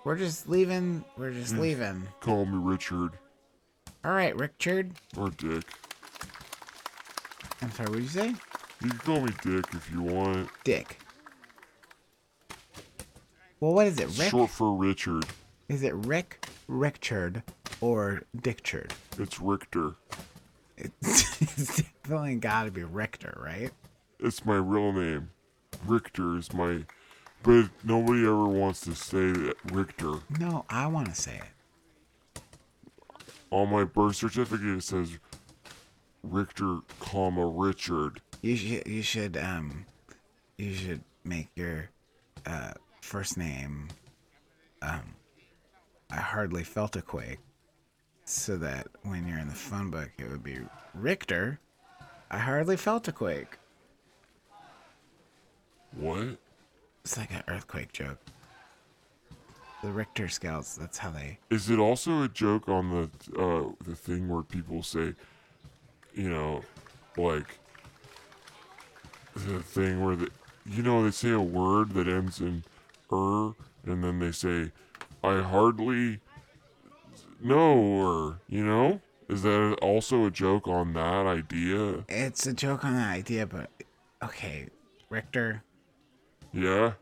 [SPEAKER 1] We're just leaving. We're just leaving.
[SPEAKER 10] call me Richard
[SPEAKER 1] All right, Richard.
[SPEAKER 10] or Dick.
[SPEAKER 1] I'm sorry. What did you say?
[SPEAKER 10] You can call me Dick if you want.
[SPEAKER 1] Dick. Well, what is it, Rick?
[SPEAKER 10] Short for Richard.
[SPEAKER 1] Is it Rick, Richard, or Dickchard?
[SPEAKER 10] It's Richter.
[SPEAKER 1] It's, [laughs] it's definitely got to be Richter, right?
[SPEAKER 10] It's my real name. Richter is my. But nobody ever wants to say that Richter.
[SPEAKER 1] No, I want to say it.
[SPEAKER 10] On my birth certificate, it says Richter, comma Richard.
[SPEAKER 1] You should, you should, um, you should make your uh, first name. Um, I hardly felt a quake, so that when you're in the phone book, it would be Richter. I hardly felt a quake.
[SPEAKER 10] What?
[SPEAKER 1] It's like an earthquake joke. The Richter scales, that's how they.
[SPEAKER 10] Is it also a joke on the uh, the thing where people say, you know, like the thing where the you know they say a word that ends in er, and then they say, I hardly know er. You know, is that also a joke on that idea?
[SPEAKER 1] It's a joke on that idea, but. Okay, Richter,
[SPEAKER 10] Yeah.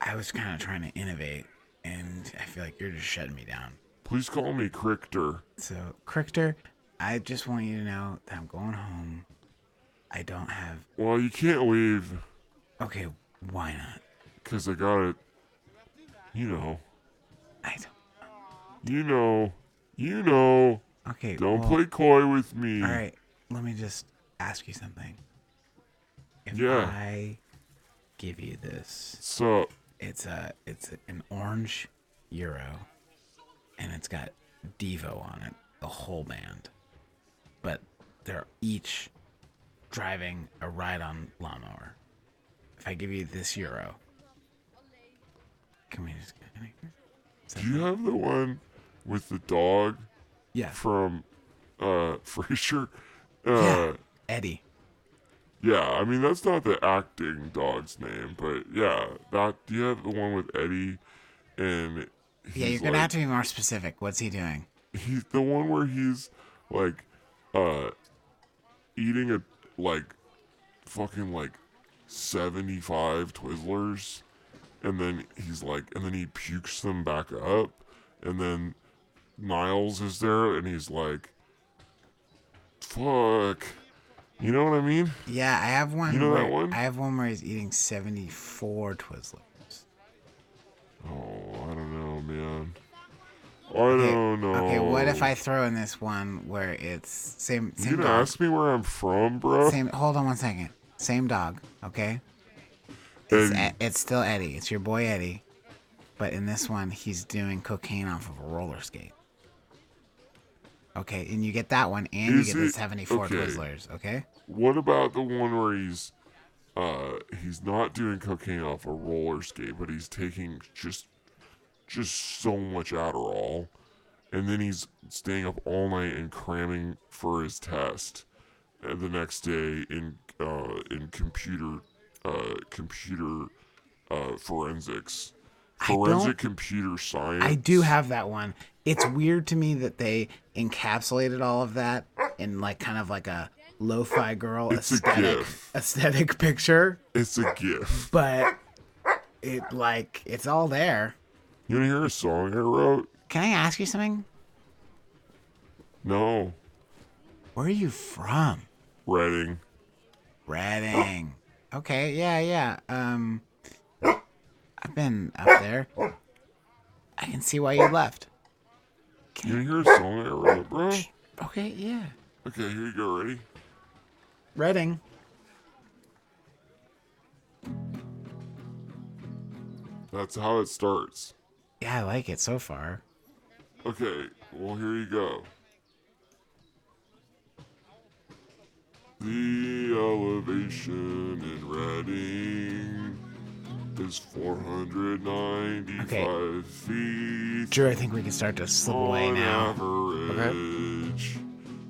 [SPEAKER 1] I was kind of trying to innovate, and I feel like you're just shutting me down.
[SPEAKER 10] Please call me Crichter.
[SPEAKER 1] So, Richter, I just want you to know that I'm going home. I don't have.
[SPEAKER 10] Well, you can't leave
[SPEAKER 1] Okay, why not?
[SPEAKER 10] because I got it. You know.
[SPEAKER 1] I don't.
[SPEAKER 10] You know. You know.
[SPEAKER 1] Okay,
[SPEAKER 10] Don't
[SPEAKER 1] well,
[SPEAKER 10] play coy with me.
[SPEAKER 1] All right, let me just ask you something. If
[SPEAKER 10] Yeah.
[SPEAKER 1] I give you this.
[SPEAKER 10] So,
[SPEAKER 1] It's a it's an orange euro, and it's got Devo on it, the whole band. But they're each driving a ride-on lawnmower. If I give you this euro, can we just?
[SPEAKER 10] do you have the one with the dog
[SPEAKER 1] Yeah,
[SPEAKER 10] from uh [laughs] Frasier?
[SPEAKER 1] yeah,
[SPEAKER 10] Uh,
[SPEAKER 1] Eddie.
[SPEAKER 10] yeah. I mean that's not the acting dog's name, but yeah, that. Do you have the one with Eddie and?
[SPEAKER 1] Yeah,
[SPEAKER 10] he's
[SPEAKER 1] you're gonna
[SPEAKER 10] like-
[SPEAKER 1] have to be more specific. What's he doing?
[SPEAKER 10] He's the one where he's like uh eating a like fucking like 75 Twizzlers and then he's like and then he pukes them back up and then Niles is there and he's like fuck you know what I mean
[SPEAKER 1] Yeah, I have one.
[SPEAKER 10] You know
[SPEAKER 1] where,
[SPEAKER 10] that one?
[SPEAKER 1] I have one where he's eating seventy-four Twizzlers.
[SPEAKER 10] oh I don't know man I don't know
[SPEAKER 1] Okay, what if I throw in this one where it's same
[SPEAKER 10] you
[SPEAKER 1] same
[SPEAKER 10] gonna
[SPEAKER 1] dog?
[SPEAKER 10] ask me where I'm from bro
[SPEAKER 1] Same. Hold on one second. Same dog. Okay. It's,
[SPEAKER 10] Eddie.
[SPEAKER 1] E- it's still Eddie. It's your boy Eddie, but in this one he's doing cocaine off of a roller skate. Okay, and you get that one, and
[SPEAKER 10] Is
[SPEAKER 1] you get the
[SPEAKER 10] it-
[SPEAKER 1] seventy-four
[SPEAKER 10] okay.
[SPEAKER 1] Twizzlers. Okay.
[SPEAKER 10] What about the one where he's uh he's not doing cocaine off a roller skate, but he's taking just just so much Adderall, and then he's staying up all night and cramming for his test uh, the next day in uh in computer uh computer uh forensics.
[SPEAKER 1] don't-
[SPEAKER 10] Forensic computer science.
[SPEAKER 1] I do have that one. It's weird to me that they encapsulated all of that in like kind of like a lo-fi girl
[SPEAKER 10] It's a
[SPEAKER 1] aesthetic
[SPEAKER 10] gif.
[SPEAKER 1] aesthetic picture,
[SPEAKER 10] It's a gift.
[SPEAKER 1] but it like it's all there.
[SPEAKER 10] You wanna hear a song I wrote?
[SPEAKER 1] Can I ask you something?
[SPEAKER 10] No.
[SPEAKER 1] Where are you from?
[SPEAKER 10] Writing.
[SPEAKER 1] Reading. Okay, yeah, yeah. Um I've been up there. I can see why you left.
[SPEAKER 10] You wanna hear a song I wrote, bro?
[SPEAKER 1] Okay, yeah.
[SPEAKER 10] Okay, here you go. Ready?
[SPEAKER 1] Reading.
[SPEAKER 10] That's how it starts.
[SPEAKER 1] Yeah, I like it so far.
[SPEAKER 10] Okay, well, here you go. The elevation in Reading is 495 feet.
[SPEAKER 1] Drew, I think we can start to slip
[SPEAKER 7] Oh,
[SPEAKER 1] away
[SPEAKER 10] on
[SPEAKER 1] now.
[SPEAKER 10] average.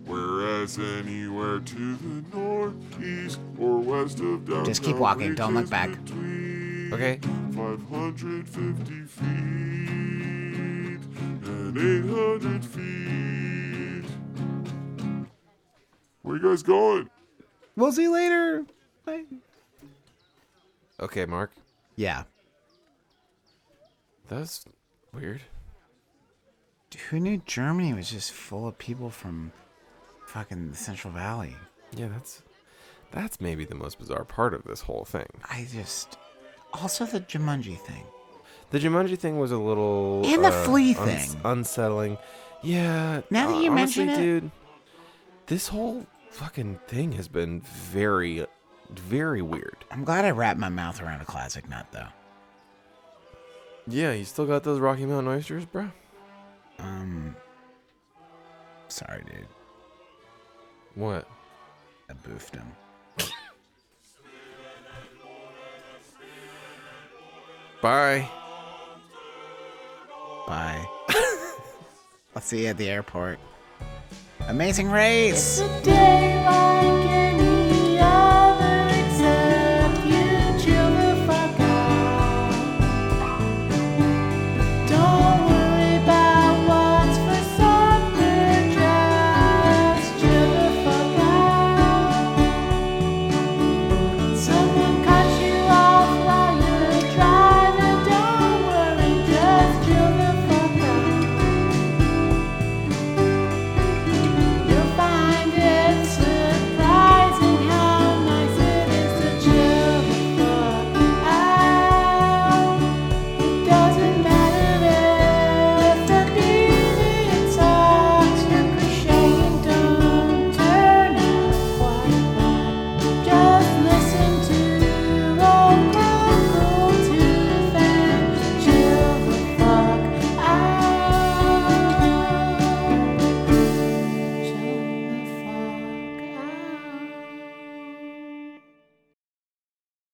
[SPEAKER 10] Whereas anywhere to the northeast or west of downtown,
[SPEAKER 1] Just keep walking, don't look
[SPEAKER 10] reaches
[SPEAKER 1] back.
[SPEAKER 10] between
[SPEAKER 2] Okay.
[SPEAKER 10] 550 feet and 800 feet. Where you guys going?
[SPEAKER 1] We'll see you later. Bye.
[SPEAKER 2] Okay, Mark.
[SPEAKER 1] Yeah.
[SPEAKER 2] That's weird.
[SPEAKER 1] Who knew Germany was just full of people from fucking the Central Valley?
[SPEAKER 2] Yeah, that's that's maybe the most bizarre part of this whole thing.
[SPEAKER 1] I just. Also, the Jumanji thing.
[SPEAKER 2] The Jumanji thing was a little uh,
[SPEAKER 1] And the flea
[SPEAKER 2] uns-
[SPEAKER 1] thing.
[SPEAKER 2] unsettling. Yeah.
[SPEAKER 1] Now that
[SPEAKER 2] uh,
[SPEAKER 1] you
[SPEAKER 2] honestly,
[SPEAKER 1] mention it-
[SPEAKER 2] dude, this whole fucking thing has been very, very weird.
[SPEAKER 1] I'm glad I wrapped my mouth around a classic nut, though.
[SPEAKER 2] Yeah, you still got those Rocky Mountain oysters, bro?
[SPEAKER 1] Um. Sorry, dude.
[SPEAKER 2] What?
[SPEAKER 1] I boofed him.
[SPEAKER 2] Bye.
[SPEAKER 1] Bye. I'll see you at the airport. Amazing
[SPEAKER 5] It's
[SPEAKER 1] race!
[SPEAKER 5] a day like any